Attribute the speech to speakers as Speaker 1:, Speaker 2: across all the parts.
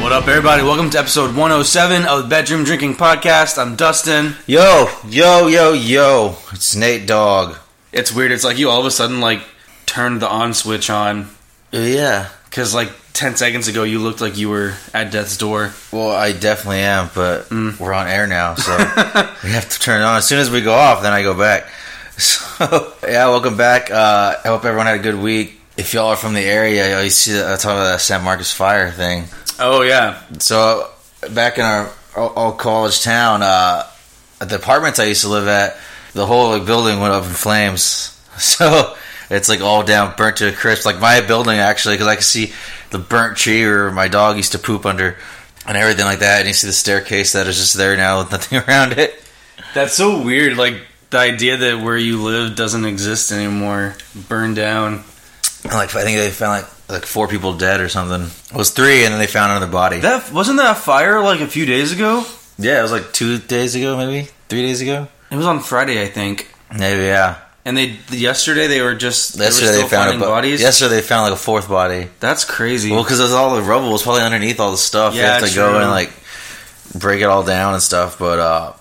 Speaker 1: What up, everybody? Welcome to episode 107 of the Bedroom Drinking Podcast. I'm Dustin.
Speaker 2: Yo, yo, yo, yo. It's Nate Dogg.
Speaker 1: It's weird. It's like you all of a sudden like turned the on switch on
Speaker 2: Yeah.
Speaker 1: because like 10 seconds ago you looked like you were at death's door.
Speaker 2: Well, I definitely am, but we're on air now, so we have to turn it on. As soon as we go off, then I go back. So, yeah, welcome back. Uh, I hope everyone had a good week. If y'all are from the area, y'all, you see that I talk about that San Marcos fire thing.
Speaker 1: Oh yeah,
Speaker 2: So back in our old old college town, uh, at the apartments I used to live at, the whole like, building went up in flames. So it's like all down, burnt to a crisp. Like my building actually, because I could see the burnt tree where my dog used to poop under, and everything like that. And you see the staircase that is just there now with nothing around it.
Speaker 1: that's so weird. Like the idea that where you live doesn't exist anymore, burned down.
Speaker 2: And, like I think they found like like four people dead or something. It was three, and then they found another body.
Speaker 1: That wasn't that a fire like a few days ago.
Speaker 2: Yeah, it was like two days ago, maybe three days ago.
Speaker 1: It was on Friday, I think.
Speaker 2: Maybe yeah.
Speaker 1: And they yesterday they were just they were
Speaker 2: Yesterday they,
Speaker 1: still
Speaker 2: found a
Speaker 1: finding
Speaker 2: bo-
Speaker 1: bodies.
Speaker 2: Yesterday they found like a fourth body.
Speaker 1: that's crazy.
Speaker 2: Well, because all the rubble was probably underneath all the stuff.
Speaker 1: Yeah,
Speaker 2: you have to
Speaker 1: true.
Speaker 2: go and like break it all down and stuff. But uh,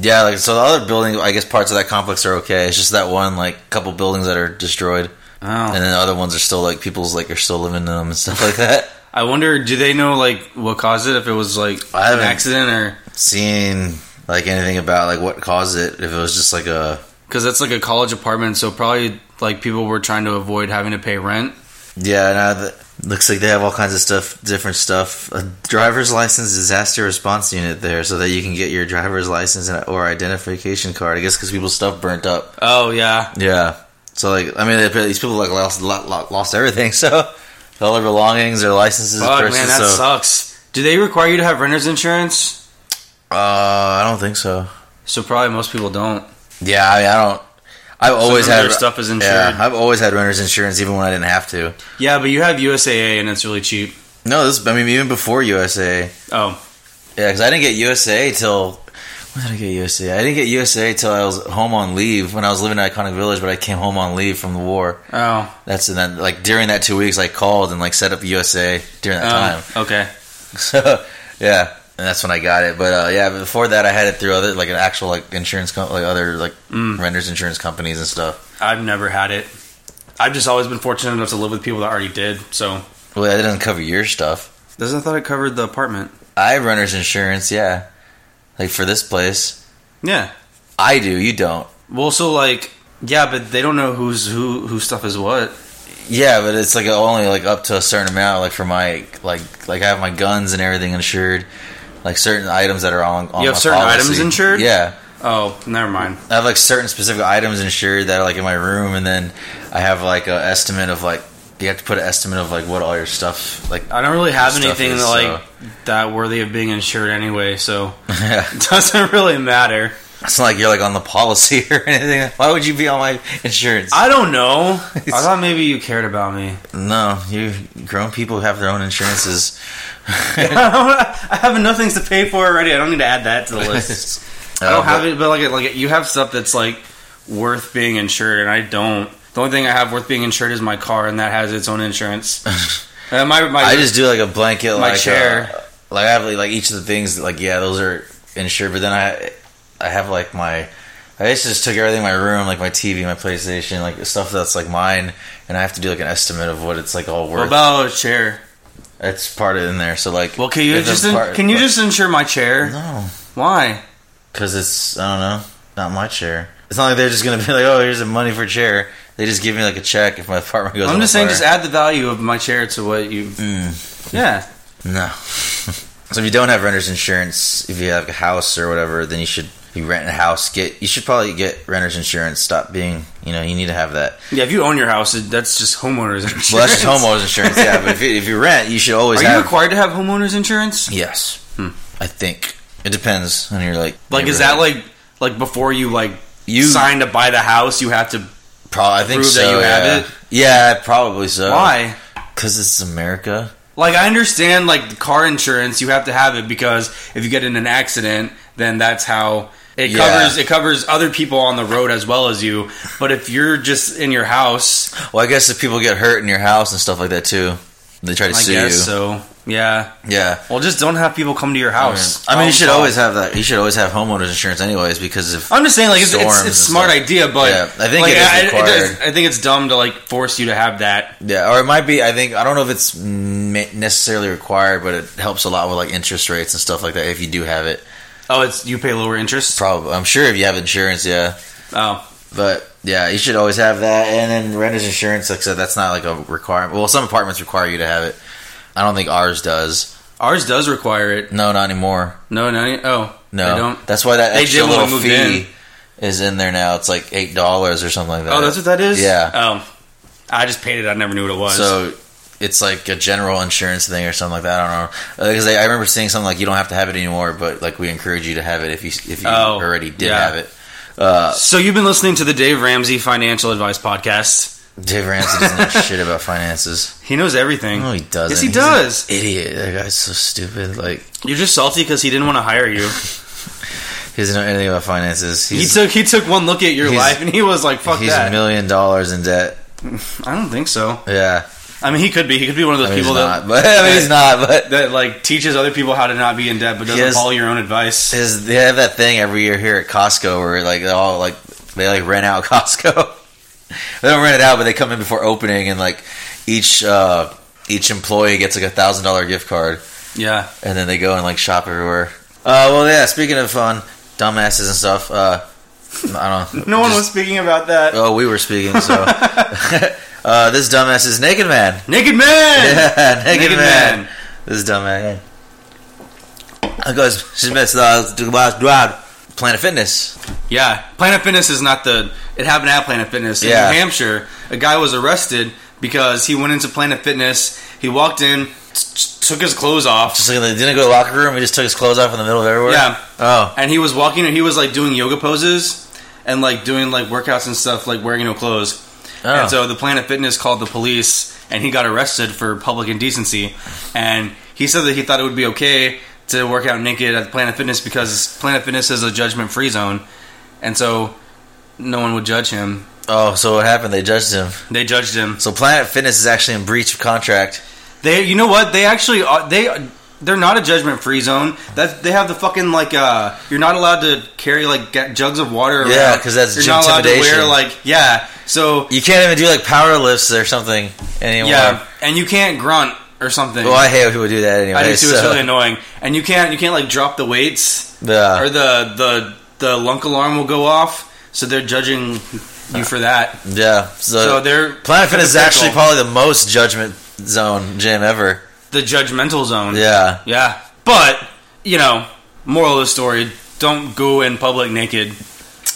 Speaker 2: yeah, like so the other building, I guess parts of that complex are okay. It's just that one like couple buildings that are destroyed,
Speaker 1: oh.
Speaker 2: and then the other ones are still like people's like are still living in them and stuff like that.
Speaker 1: I wonder, do they know like what caused it? If it was like
Speaker 2: I
Speaker 1: an
Speaker 2: haven't-
Speaker 1: accident or
Speaker 2: Seeing like anything about like what caused it, if it was just like a
Speaker 1: because that's like a college apartment, so probably like people were trying to avoid having to pay rent.
Speaker 2: yeah. Now that, looks like they have all kinds of stuff, different stuff. A driver's license disaster response unit there, so that you can get your driver's license and, or identification card. I guess because people's stuff burnt up.
Speaker 1: Oh yeah,
Speaker 2: Yeah. So like, I mean, they- these people like lost lo- lo- lost everything. So all their belongings, their licenses,
Speaker 1: fuck man,
Speaker 2: purses,
Speaker 1: that
Speaker 2: so,
Speaker 1: sucks. Do they require you to have renter's insurance?
Speaker 2: uh, I don't think so.
Speaker 1: So probably most people don't.
Speaker 2: Yeah, I mean, I don't. I've always
Speaker 1: none of
Speaker 2: had
Speaker 1: their stuff is
Speaker 2: Yeah,
Speaker 1: insured?
Speaker 2: I've always had renter's insurance, even when I didn't have to.
Speaker 1: Yeah, but you have USAA and it's really cheap.
Speaker 2: No, this. I mean, even before USA. Yeah,
Speaker 1: Oh,
Speaker 2: because I didn't get USA till. When did I get USA? I didn't get USA till I was home on leave when I was living in Iconic Village, but I came home on leave from the war.
Speaker 1: oh,
Speaker 2: That's and then like during that two weeks, I called and like set up USA during that time.
Speaker 1: oh, okay.
Speaker 2: So yeah, and that's when I got it. But uh, yeah, before that, I had it through other like an actual like insurance com- like other like renters insurance companies and stuff.
Speaker 1: Mm, I've never had it. I've just always been fortunate enough to live with people that already did. So
Speaker 2: Well, that doesn't cover your stuff.
Speaker 1: doesn't I thought it covered the apartment.
Speaker 2: I have renters insurance, yeah. Like for this place,
Speaker 1: Yeah.
Speaker 2: I do. You don't.
Speaker 1: Well, so like yeah, but they don't know who's who whose stuff is what.
Speaker 2: Yeah, but it's like only like up to a certain amount. Like for my like like I have my guns and everything insured. Like certain items that are on. on
Speaker 1: You have
Speaker 2: my
Speaker 1: certain
Speaker 2: policy.
Speaker 1: items insured?
Speaker 2: Yeah.
Speaker 1: Oh, never mind.
Speaker 2: I have like certain specific items insured that are like in my room, and then I have like an estimate of like you have to put an estimate of like what all your stuff like.
Speaker 1: I don't really have
Speaker 2: Stuff
Speaker 1: anything
Speaker 2: is,
Speaker 1: like
Speaker 2: uh,
Speaker 1: that worthy of being insured anyway, so
Speaker 2: it's
Speaker 1: it doesn't really matter.
Speaker 2: not like you're like on the policy or anything. Why would you be on my insurance?
Speaker 1: I don't know. I thought maybe you cared about me.
Speaker 2: no, you grown people have their own insurances.
Speaker 1: I, don't, I have enough things to pay for already. I don't need to add that to the list. I
Speaker 2: Uh,
Speaker 1: don't have it, but like like you have stuff that's like worth being insured, and I don't. The only thing I have worth being insured is my car, and that has its own insurance. And my my
Speaker 2: I just do like a blanket,
Speaker 1: My
Speaker 2: like uh,
Speaker 1: chair.
Speaker 2: like I have like, like each of the things. that, Like yeah, those are insured. But then I, I have like my. I guess just took everything in my room, like my TV, my PlayStation, like the stuff that's like mine, and I have to do like an estimate of what it's like all
Speaker 1: what
Speaker 2: worth.
Speaker 1: about a chair?
Speaker 2: it's part in there, so like.
Speaker 1: Well, can you
Speaker 2: if
Speaker 1: just
Speaker 2: it's
Speaker 1: in,
Speaker 2: part-
Speaker 1: can you just insure my chair?
Speaker 2: no?
Speaker 1: Why?
Speaker 2: Because it's I don't know, not my chair. It's not like they're just gonna be like, oh, here's the money for chair. They just give me like a check if my apartment goes.
Speaker 1: I'm
Speaker 2: on
Speaker 1: just saying,
Speaker 2: fire. Hmm.
Speaker 1: just add the value of my chair to what you. Yeah.
Speaker 2: No. so if you don't have renter's insurance, if you have a house or whatever, then you should you rent a house. Get you should probably get renter's insurance. Stop being you know you need to have that.
Speaker 1: Yeah, if you own your house, it- that's just homeowners insurance.
Speaker 2: Well, that's just homeowners insurance. Yeah, but if you, if you rent, you should always
Speaker 1: Are you
Speaker 2: have.
Speaker 1: required to have homeowners insurance?
Speaker 2: yes, I think it depends on your like.
Speaker 1: Like, is that like like before you like
Speaker 2: You-
Speaker 1: sign to buy the house, you have to?
Speaker 2: Probably, I think
Speaker 1: prove that
Speaker 2: so.
Speaker 1: you have
Speaker 2: yeah.
Speaker 1: it?
Speaker 2: Yeah, probably so.
Speaker 1: Why?
Speaker 2: Because it's America.
Speaker 1: Like, I understand like the car insurance, you have to have it because if you get in an accident, then that's how it
Speaker 2: Yeah.
Speaker 1: covers it covers other people on the road as well as you. But if you're just in your house,
Speaker 2: Well, I guess if people get hurt in your house and stuff like that too, they try to
Speaker 1: I
Speaker 2: sue
Speaker 1: guess
Speaker 2: you.
Speaker 1: so. Yeah.
Speaker 2: Yeah.
Speaker 1: Well, just don't have people come to your house.
Speaker 2: I
Speaker 1: Problem
Speaker 2: mean, you should
Speaker 1: solved.
Speaker 2: always have that. You should always have homeowners insurance, anyways, because if
Speaker 1: I'm just saying, like, it's, it's,
Speaker 2: Storms
Speaker 1: it's a
Speaker 2: and
Speaker 1: smart
Speaker 2: stuff.
Speaker 1: idea, but
Speaker 2: Yeah, I think
Speaker 1: like,
Speaker 2: it is
Speaker 1: I,
Speaker 2: required.
Speaker 1: does- I think it's dumb to like force you to have that.
Speaker 2: yeah, or it might be. I think I don't know if it's ma- necessarily required, but it helps a lot with like interest rates and stuff like that. If you do have it,
Speaker 1: Oh, it's you pay lower interest.
Speaker 2: probably I'm sure if you have insurance, yeah.
Speaker 1: Oh,
Speaker 2: But yeah, you should always have that. And then renter's insurance, like I said, that's not like a requirement. Well, some apartments require you to have it. I don't think ours does.
Speaker 1: ours does require it.
Speaker 2: No, not anymore.
Speaker 1: No, no, oh,
Speaker 2: No,
Speaker 1: they don't.
Speaker 2: that's why that
Speaker 1: They
Speaker 2: extra
Speaker 1: did when we
Speaker 2: little
Speaker 1: moved
Speaker 2: fee is in there now. It's like eight dollars or something like that.
Speaker 1: Oh, that's what that is.
Speaker 2: Yeah.
Speaker 1: Oh, I just paid it. I never knew what it was.
Speaker 2: So it's like a general insurance thing or something like that. I don't know because I remember seeing something like you don't have to have it anymore, but like we encourage you to have it if you if you
Speaker 1: Oh,
Speaker 2: already did
Speaker 1: yeah.
Speaker 2: have it. Uh,
Speaker 1: so you've been listening to the Dave Ramsey Financial Advice Podcast.
Speaker 2: Dave Ramsey doesn't know shit about finances.
Speaker 1: He knows everything.
Speaker 2: No, he doesn't.
Speaker 1: Yes, he
Speaker 2: He's an
Speaker 1: does.
Speaker 2: Idiot. That guy's so stupid. Like
Speaker 1: You're just salty because he didn't want to hire you.
Speaker 2: he doesn't know anything about finances.
Speaker 1: he
Speaker 2: He's,
Speaker 1: took he took one look at your
Speaker 2: he's-
Speaker 1: life and he was like, "Fuck
Speaker 2: he's a
Speaker 1: that."
Speaker 2: million dollars in debt.
Speaker 1: I don't think so.
Speaker 2: Yeah,
Speaker 1: I mean, he could be. He could be one of those
Speaker 2: I mean,
Speaker 1: people
Speaker 2: he's
Speaker 1: that
Speaker 2: not, but I mean, he's not. But
Speaker 1: that like teaches other people how to not be in debt, but doesn't
Speaker 2: Yes.
Speaker 1: follow your own advice.
Speaker 2: is they have that thing every year here at Costco where like they all like they like rent out Costco. they don't rent it out, but they come in before opening, and like each uh, each employee gets like a thousand dollar gift card,
Speaker 1: Yeah,
Speaker 2: and then they go and like shop everywhere. Uh, well, yeah. Speaking of fun, dumbasses and stuff. Uh, I don't. know.
Speaker 1: no one
Speaker 2: Just-
Speaker 1: was speaking about that.
Speaker 2: Oh, we were speaking. So uh, this dumbass is naked man.
Speaker 1: Naked man.
Speaker 2: Yeah, naked,
Speaker 1: Naked
Speaker 2: man.
Speaker 1: man.
Speaker 2: This dumb man. I goes, she missed uh, Planet Fitness.
Speaker 1: Yeah, Planet Fitness is not the. It happened at Planet Fitness in
Speaker 2: Yeah.
Speaker 1: New Hampshire. A guy was arrested because he went into Planet Fitness. He walked in, t- t- took his clothes off,
Speaker 2: Just like they didn't go to the locker room. He just took his clothes off in the middle of everywhere.
Speaker 1: Yeah.
Speaker 2: Oh.
Speaker 1: and he was walking. and He was like doing yoga poses and like doing like workouts and stuff, like wearing no clothes.
Speaker 2: Oh.
Speaker 1: And so the Planet Fitness called the police, and he got arrested for public indecency. And he said that he thought it would be okay to work out naked at Planet Fitness because Planet Fitness is a judgment-free zone, and so no one would judge him.
Speaker 2: oh, so what happened? They judged him.
Speaker 1: They judged him.
Speaker 2: So Planet Fitness is actually in breach of contract.
Speaker 1: They, you know what? They actually are, they they're not a judgment-free zone. That they have the fucking like uh, you're not allowed to carry like ga- jugs of water. Around.
Speaker 2: Yeah, 'cause that's
Speaker 1: you're
Speaker 2: gym
Speaker 1: not allowed to wear
Speaker 2: intimidation.
Speaker 1: like yeah. So
Speaker 2: You can't even do like power lifts or something anymore.
Speaker 1: yeah, and you can't grunt or something.
Speaker 2: Well, I hate when people do that anyway.
Speaker 1: I do too. It's
Speaker 2: so-
Speaker 1: really annoying, and you can't you can't like drop the weights
Speaker 2: Yeah.
Speaker 1: or the the the lunk alarm will go off. So they're judging you for that.
Speaker 2: yeah. So,
Speaker 1: So they're
Speaker 2: Planet Fitness is actually
Speaker 1: hypocritical.
Speaker 2: probably the most judgment zone gym ever.
Speaker 1: the judgmental zone.
Speaker 2: Yeah.
Speaker 1: yeah. But you know, moral of the story: don't go in public naked.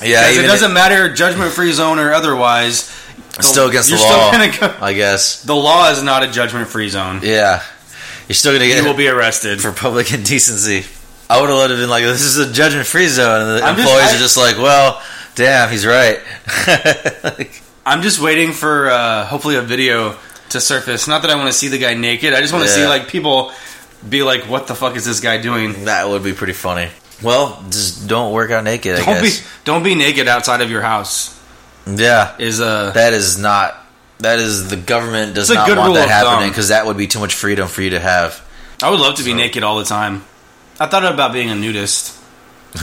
Speaker 2: Yeah.
Speaker 1: Because
Speaker 2: even
Speaker 1: it
Speaker 2: if-
Speaker 1: doesn't matter, judgment free zone or otherwise. the-
Speaker 2: still against the
Speaker 1: you're still
Speaker 2: law.
Speaker 1: gonna go-
Speaker 2: I guess.
Speaker 1: the law is not a judgment free zone.
Speaker 2: Yeah. You're still gonna
Speaker 1: You
Speaker 2: get
Speaker 1: will be arrested.
Speaker 2: for public indecency. I would have loved to have been like, this is a judgment free zone. And the
Speaker 1: I'm just-
Speaker 2: employees
Speaker 1: I-
Speaker 2: are just like, well, damn, he's right.
Speaker 1: I'm just waiting for uh, hopefully a video to surface. Not that I want to see the guy naked. I just want to
Speaker 2: Yeah.
Speaker 1: see like people be like, "What the fuck is this guy doing?"
Speaker 2: that would be pretty funny. Well, just don't work out naked, I
Speaker 1: Don't be
Speaker 2: guess.
Speaker 1: don't be naked outside of your house.
Speaker 2: Yeah.
Speaker 1: Is uh
Speaker 2: That is not, that is, the government does
Speaker 1: It's a
Speaker 2: not
Speaker 1: good
Speaker 2: want
Speaker 1: rule
Speaker 2: that
Speaker 1: of
Speaker 2: happening
Speaker 1: thumb.
Speaker 2: because that would be too much freedom for you to have.
Speaker 1: I would love to be naked all the time. I thought about being a nudist.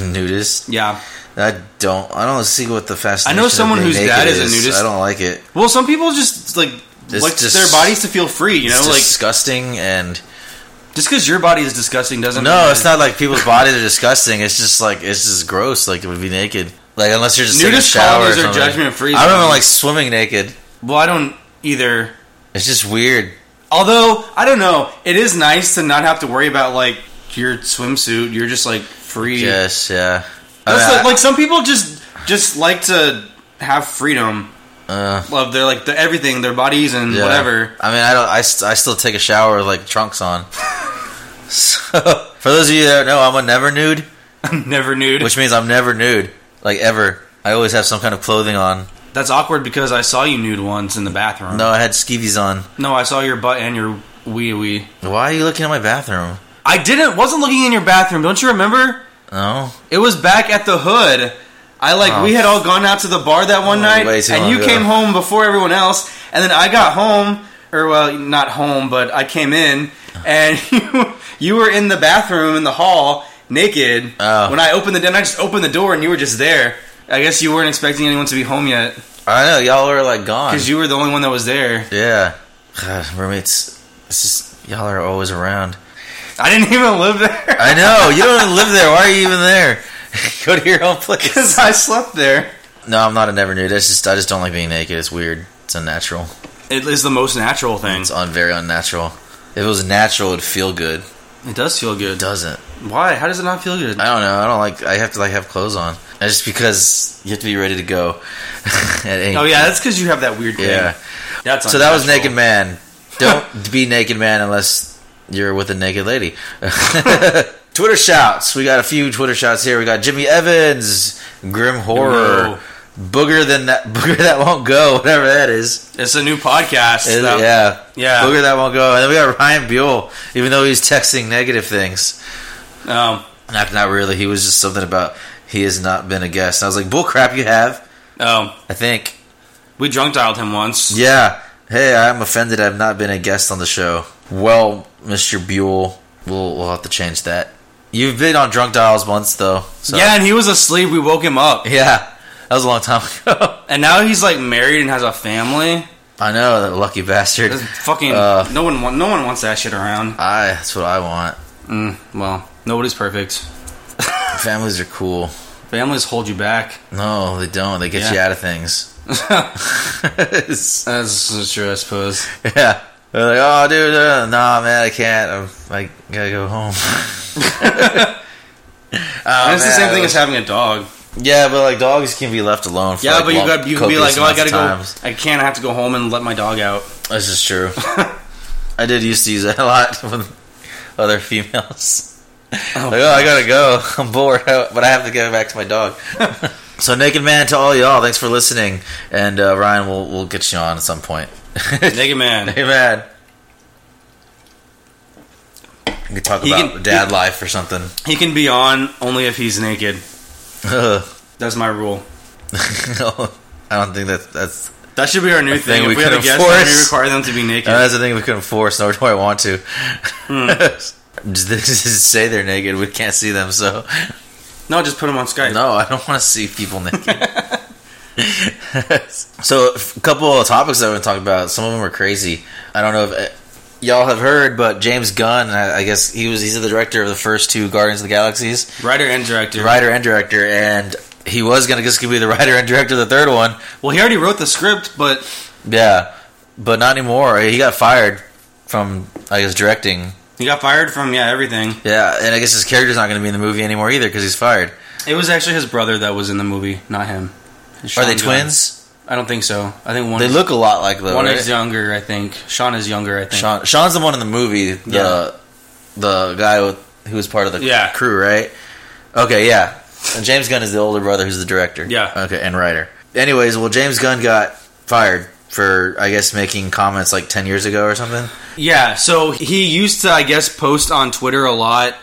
Speaker 2: Nudist.
Speaker 1: Yeah.
Speaker 2: I don't, I don't see what the fascination of
Speaker 1: someone
Speaker 2: being
Speaker 1: whose
Speaker 2: naked
Speaker 1: dad is a nudist.
Speaker 2: I don't like it.
Speaker 1: Well, some people just like
Speaker 2: It's
Speaker 1: like
Speaker 2: just-
Speaker 1: their bodies to feel free. You
Speaker 2: It's
Speaker 1: know, like
Speaker 2: disgusting and
Speaker 1: just because your body is disgusting doesn't. mean
Speaker 2: No,
Speaker 1: that-
Speaker 2: it's not like people's bodies are disgusting. It's just like it's just gross. Like it would be naked. Like unless you're just
Speaker 1: Nudist
Speaker 2: taking a shower. Or
Speaker 1: colonies are
Speaker 2: something.
Speaker 1: judgment-free
Speaker 2: I don't even
Speaker 1: zones.
Speaker 2: like swimming naked.
Speaker 1: Well, I don't either.
Speaker 2: It's just weird.
Speaker 1: Although I don't know, it is nice to not have to worry about like your swimsuit. You're just like free.
Speaker 2: Yes, yeah. I
Speaker 1: That's
Speaker 2: mean,
Speaker 1: like, like some people just just like to have freedom
Speaker 2: uh,
Speaker 1: of their like the, everything, their bodies and
Speaker 2: yeah.
Speaker 1: whatever.
Speaker 2: I mean, I don't. I, st- I still take a shower with like trunks on. so for those of you that don't know, I'm a never nude,
Speaker 1: Never nude.
Speaker 2: which means I'm never nude, like ever. I always have some kind of clothing on.
Speaker 1: That's awkward because I saw you nude once in the bathroom.
Speaker 2: No, I had skivvies on.
Speaker 1: No, I saw your butt and your wee wee.
Speaker 2: Why are you looking at my bathroom?
Speaker 1: I didn't. Wasn't looking in your bathroom. Don't you remember?
Speaker 2: No.
Speaker 1: It was back at the hood. I like
Speaker 2: Oh.
Speaker 1: we had all gone out to the bar that one
Speaker 2: Oh,
Speaker 1: night,
Speaker 2: way too
Speaker 1: and
Speaker 2: long
Speaker 1: you
Speaker 2: ago.
Speaker 1: came home before everyone else. And then I got home or well, not home, but I came in and you, you were in the bathroom in the hall naked.
Speaker 2: Oh.
Speaker 1: When I opened the, and I just opened the door and you were just there. I guess you weren't expecting anyone to be home yet
Speaker 2: I know y'all are like gone.
Speaker 1: because you were the only one that was there.
Speaker 2: yeah, God, roommates. It's just y'all are always around.
Speaker 1: I didn't even live there
Speaker 2: I know you don't even live there. Why are you even there? Go to your own place.
Speaker 1: because I slept there.
Speaker 2: No, I'm not a never nude. It's just I just don't like being naked. It's weird. It's unnatural.
Speaker 1: It is the most natural thing.
Speaker 2: It's un- very unnatural. If it was natural, it'd feel good.
Speaker 1: It does feel
Speaker 2: It
Speaker 1: good.
Speaker 2: doesn't.
Speaker 1: Why? How does it not feel good?
Speaker 2: I don't know. I don't like. I have to like have clothes on. It's just because you have to be ready to go. at any
Speaker 1: Oh yeah, that's because you have that weird thing.
Speaker 2: yeah.
Speaker 1: That's
Speaker 2: So that was
Speaker 1: unnatural.
Speaker 2: naked man. Don't be naked man unless you're with a naked lady. Twitter shouts. We got a few Twitter shouts here. We got Jimmy Evans, Grim
Speaker 1: No.
Speaker 2: Horror, Booger than that Booger that won't go, whatever that is.
Speaker 1: It's a new podcast.
Speaker 2: It-
Speaker 1: that-
Speaker 2: yeah,
Speaker 1: Yeah.
Speaker 2: Booger that won't go. And then we got Ryan Buell, even though he's texting negative things.
Speaker 1: Um,
Speaker 2: Not not really. He was just something about he has not been a guest. And I was like, bull crap, you have.
Speaker 1: um,
Speaker 2: I think.
Speaker 1: we drunk dialed him once.
Speaker 2: Yeah. Hey, I'm offended I've not been a guest on the show. Well, Mr. Buell, we'll, we'll have to change that. You've been on Drunk Dials once, though. So.
Speaker 1: Yeah, and he was asleep. We woke him up,
Speaker 2: Yeah. That was a long time ago.
Speaker 1: and now he's like married and has a family.
Speaker 2: I know, that lucky bastard.
Speaker 1: That's fucking
Speaker 2: Uh.
Speaker 1: no one. Want, no one wants that shit around.
Speaker 2: I, that's what I want.
Speaker 1: Mm, well, nobody's perfect.
Speaker 2: Families are cool.
Speaker 1: Families hold you back.
Speaker 2: No, they don't. They get you
Speaker 1: Yeah.
Speaker 2: out of things. It's-
Speaker 1: That's true, I suppose.
Speaker 2: yeah. They're like, oh, dude, uh, nah, man, I can't. I'm, I gotta go home.
Speaker 1: and it's the
Speaker 2: Oh, man,
Speaker 1: same
Speaker 2: I
Speaker 1: thing as
Speaker 2: was-
Speaker 1: having a dog.
Speaker 2: yeah, but like dogs can be left alone. For,
Speaker 1: Yeah,
Speaker 2: like,
Speaker 1: but you
Speaker 2: long-
Speaker 1: got you can be like,
Speaker 2: copious
Speaker 1: oh, I
Speaker 2: amounts
Speaker 1: gotta
Speaker 2: of
Speaker 1: go.
Speaker 2: times.
Speaker 1: I can't. I have to go home and let my dog out.
Speaker 2: This is true. I did used to use that a lot with other females. Like, oh, I gotta go. I'm bored, but I have to go back to my dog. so, Naked Man, to all y'all, thanks for listening. And uh, Ryan, we'll, we'll get you on at some point. Naked
Speaker 1: Naked man.
Speaker 2: Man. We could talk
Speaker 1: He
Speaker 2: about
Speaker 1: can-
Speaker 2: dad
Speaker 1: he-
Speaker 2: life or something.
Speaker 1: He can be on only if he's naked. That's my rule.
Speaker 2: no, I don't think that that's
Speaker 1: That should be our new
Speaker 2: thing
Speaker 1: thing.
Speaker 2: we
Speaker 1: If
Speaker 2: Uh,
Speaker 1: we have
Speaker 2: can
Speaker 1: a guest, then we
Speaker 2: enforce.
Speaker 1: require them to be naked.
Speaker 2: that's the thing we couldn't force, nor do I want to.
Speaker 1: Hmm.
Speaker 2: Just just say they're naked. We can't see them, so
Speaker 1: no, just put them on Skype.
Speaker 2: No, I don't want to see people naked. so, a couple of topics that we're talking about. Some of them are crazy. I don't know if uh, y'all have heard, but James Gunn, I, I guess he was he's the director of the first two Guardians of the Galaxies,
Speaker 1: Writer and director.
Speaker 2: writer and director, and he was gonna just gonna be the writer and director of the third one.
Speaker 1: Well, he already wrote the script, but
Speaker 2: Yeah, but not anymore. He got fired from I guess directing.
Speaker 1: he got fired from yeah everything.
Speaker 2: Yeah, and I guess his character's not gonna be in the movie anymore either because he's fired.
Speaker 1: It was actually his brother that was in the movie, not him. It's
Speaker 2: Are
Speaker 1: Sean
Speaker 2: they
Speaker 1: Gunn.
Speaker 2: twins?
Speaker 1: I don't think so. I think one.
Speaker 2: They
Speaker 1: is,
Speaker 2: look a lot like though.
Speaker 1: one
Speaker 2: right?
Speaker 1: is younger. I think Sean is younger. I think.
Speaker 2: Sean, Sean's the one in the movie, the
Speaker 1: Yeah.
Speaker 2: the guy with, who was part of the
Speaker 1: Yeah.
Speaker 2: crew, right? Okay, yeah. And James Gunn is the older brother who's the director.
Speaker 1: Yeah.
Speaker 2: Okay, and writer. Anyways, well, James Gunn got fired for, I guess, making comments like 10 years ago or something.
Speaker 1: Yeah. So he used to, I guess, post on Twitter a lot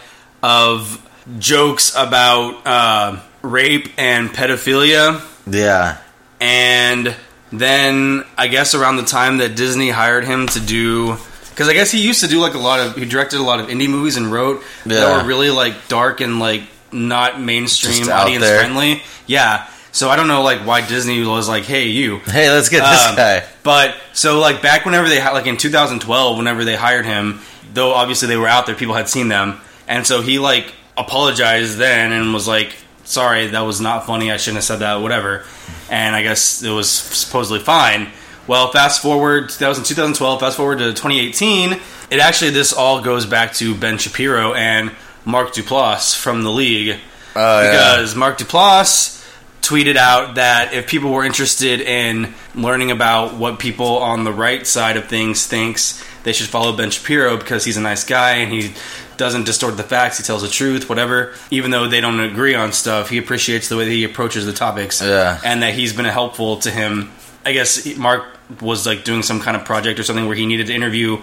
Speaker 1: of jokes about uh, rape and pedophilia.
Speaker 2: Yeah.
Speaker 1: and then I guess around the time that Disney hired him to do, because I guess he used to do like a lot of, he directed a lot of indie movies and wrote
Speaker 2: Yeah.
Speaker 1: that were really like dark and like not mainstream
Speaker 2: Just out
Speaker 1: audience
Speaker 2: there.
Speaker 1: friendly. Yeah, so I don't know like why Disney was like, hey you.
Speaker 2: Hey, let's get this
Speaker 1: Um,
Speaker 2: guy.
Speaker 1: But so like back whenever they hi- like in 2012, whenever they hired him, though obviously they were out there, people had seen them, and so he like apologized then and was like, "Sorry, that was not funny. I shouldn't have said that. Whatever." And I guess it was supposedly fine. Well, fast forward that was in 2012. Fast forward to 2018. It actually this all goes back to Ben Shapiro and Mark Duplass from the league
Speaker 2: Oh, yeah.
Speaker 1: because Mark Duplass tweeted out that if people were interested in learning about what people on the right side of things thinks, they should follow Ben Shapiro because he's a nice guy and he doesn't distort the facts, he tells the truth, whatever. Even though they don't agree on stuff, he appreciates the way that he approaches the topics.
Speaker 2: Yeah.
Speaker 1: And that he's been helpful to him. I guess he- Mark was like doing some kind of project or something where he needed to interview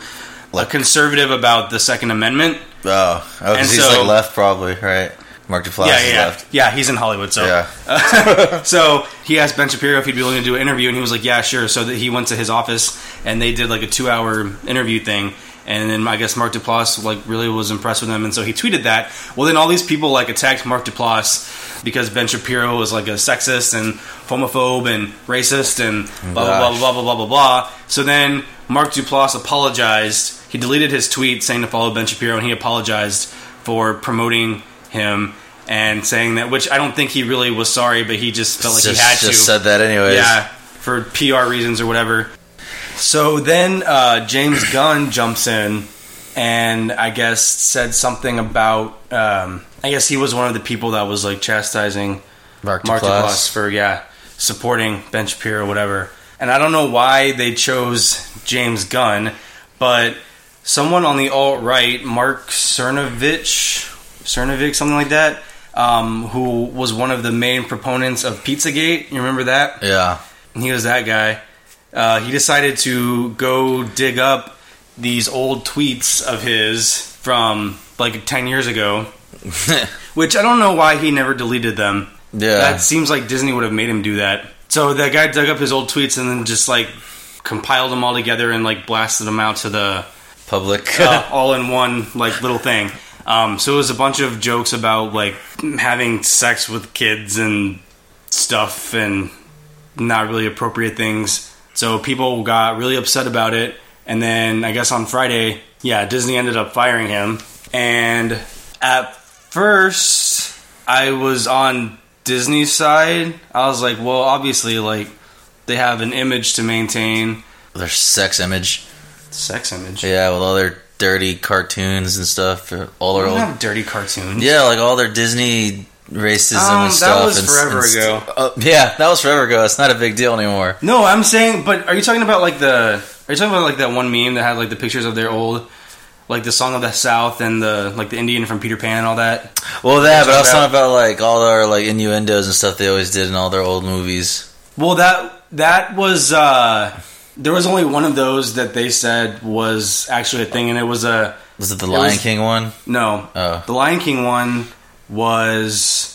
Speaker 1: a
Speaker 2: Like-
Speaker 1: conservative about the Second Amendment.
Speaker 2: Oh, oh 'cause
Speaker 1: and
Speaker 2: he's
Speaker 1: so-
Speaker 2: like left probably, right? Mark Duplass
Speaker 1: yeah,
Speaker 2: is
Speaker 1: yeah,
Speaker 2: left.
Speaker 1: yeah. He's in Hollywood, so
Speaker 2: Yeah.
Speaker 1: so he asked Ben Shapiro if he'd be willing to do an interview, and he was like, "Yeah, sure." So that he went to his office, and they did like a two-hour interview thing. And then I guess Mark Duplass like really was impressed with him, and so he tweeted that. Well, then all these people like attacked Mark Duplass because Ben Shapiro was like a sexist and homophobe and racist and blah blah blah
Speaker 2: Gosh.
Speaker 1: blah blah blah blah blah. So then Mark Duplass apologized. He deleted his tweet saying to follow Ben Shapiro, and he apologized for promoting him and saying that, which I don't think he really was sorry, but he just felt like
Speaker 2: just,
Speaker 1: he had to.
Speaker 2: just said that anyways.
Speaker 1: yeah, for PR reasons or whatever. So then uh, James Gunn jumps in and I guess said something about. Um, I guess he was one of the people that was like chastising
Speaker 2: Mark
Speaker 1: Mark
Speaker 2: Duplass.
Speaker 1: Duplass for yeah supporting Ben Shapiro or whatever. And I don't know why they chose James Gunn, but someone on the alt right, Mark Cernovich, Cernovich, something like that, um, who was one of the main proponents of PizzaGate. You remember that?
Speaker 2: Yeah.
Speaker 1: He was that guy. Uh, he decided to go dig up these old tweets of his from like 10 years ago, which I don't know why he never deleted them.
Speaker 2: Yeah.
Speaker 1: That seems like Disney would have made him do that. So that guy dug up his old tweets and then just like compiled them all together and like blasted them out to the
Speaker 2: Public.
Speaker 1: uh, all in one like little thing. Um, so it was a bunch of jokes about like having sex with kids and stuff and not really appropriate things. So people got really upset about it, and then I guess on Friday, yeah, Disney ended up firing him. And at first, I was on Disney's side. I was like, well, obviously, like they have an image to maintain,
Speaker 2: Their sex image.
Speaker 1: sex image.
Speaker 2: Yeah, with all their dirty cartoons and stuff. All their
Speaker 1: They don't
Speaker 2: old.
Speaker 1: have dirty cartoons.
Speaker 2: Yeah, like all their Disney racism
Speaker 1: Um, that
Speaker 2: and stuff.
Speaker 1: was
Speaker 2: and,
Speaker 1: forever
Speaker 2: and st-
Speaker 1: ago.
Speaker 2: uh, yeah, that was forever ago. It's not a big deal anymore.
Speaker 1: No, I'm saying, but are you talking about like the? Are you talking about like that one meme that had like the pictures of their old, like the song of the South and the like the Indian from Peter Pan and all that?
Speaker 2: Well, that,
Speaker 1: That's
Speaker 2: but I was
Speaker 1: about-
Speaker 2: talking about like all their like innuendos and stuff they always did in all their old movies.
Speaker 1: Well, that that was uh there was only one of those that they said was actually a thing, and it was a
Speaker 2: Was it the Lion
Speaker 1: was-
Speaker 2: King one?
Speaker 1: no.
Speaker 2: Oh.
Speaker 1: The Lion King one was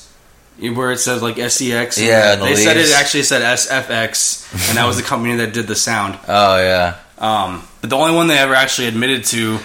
Speaker 1: where it said like SEX. and
Speaker 2: Yeah,
Speaker 1: they
Speaker 2: the
Speaker 1: said it
Speaker 2: leaves.
Speaker 1: actually said SFX, and that was the company that did the sound.
Speaker 2: Oh yeah,
Speaker 1: Um, but the only one they ever actually admitted to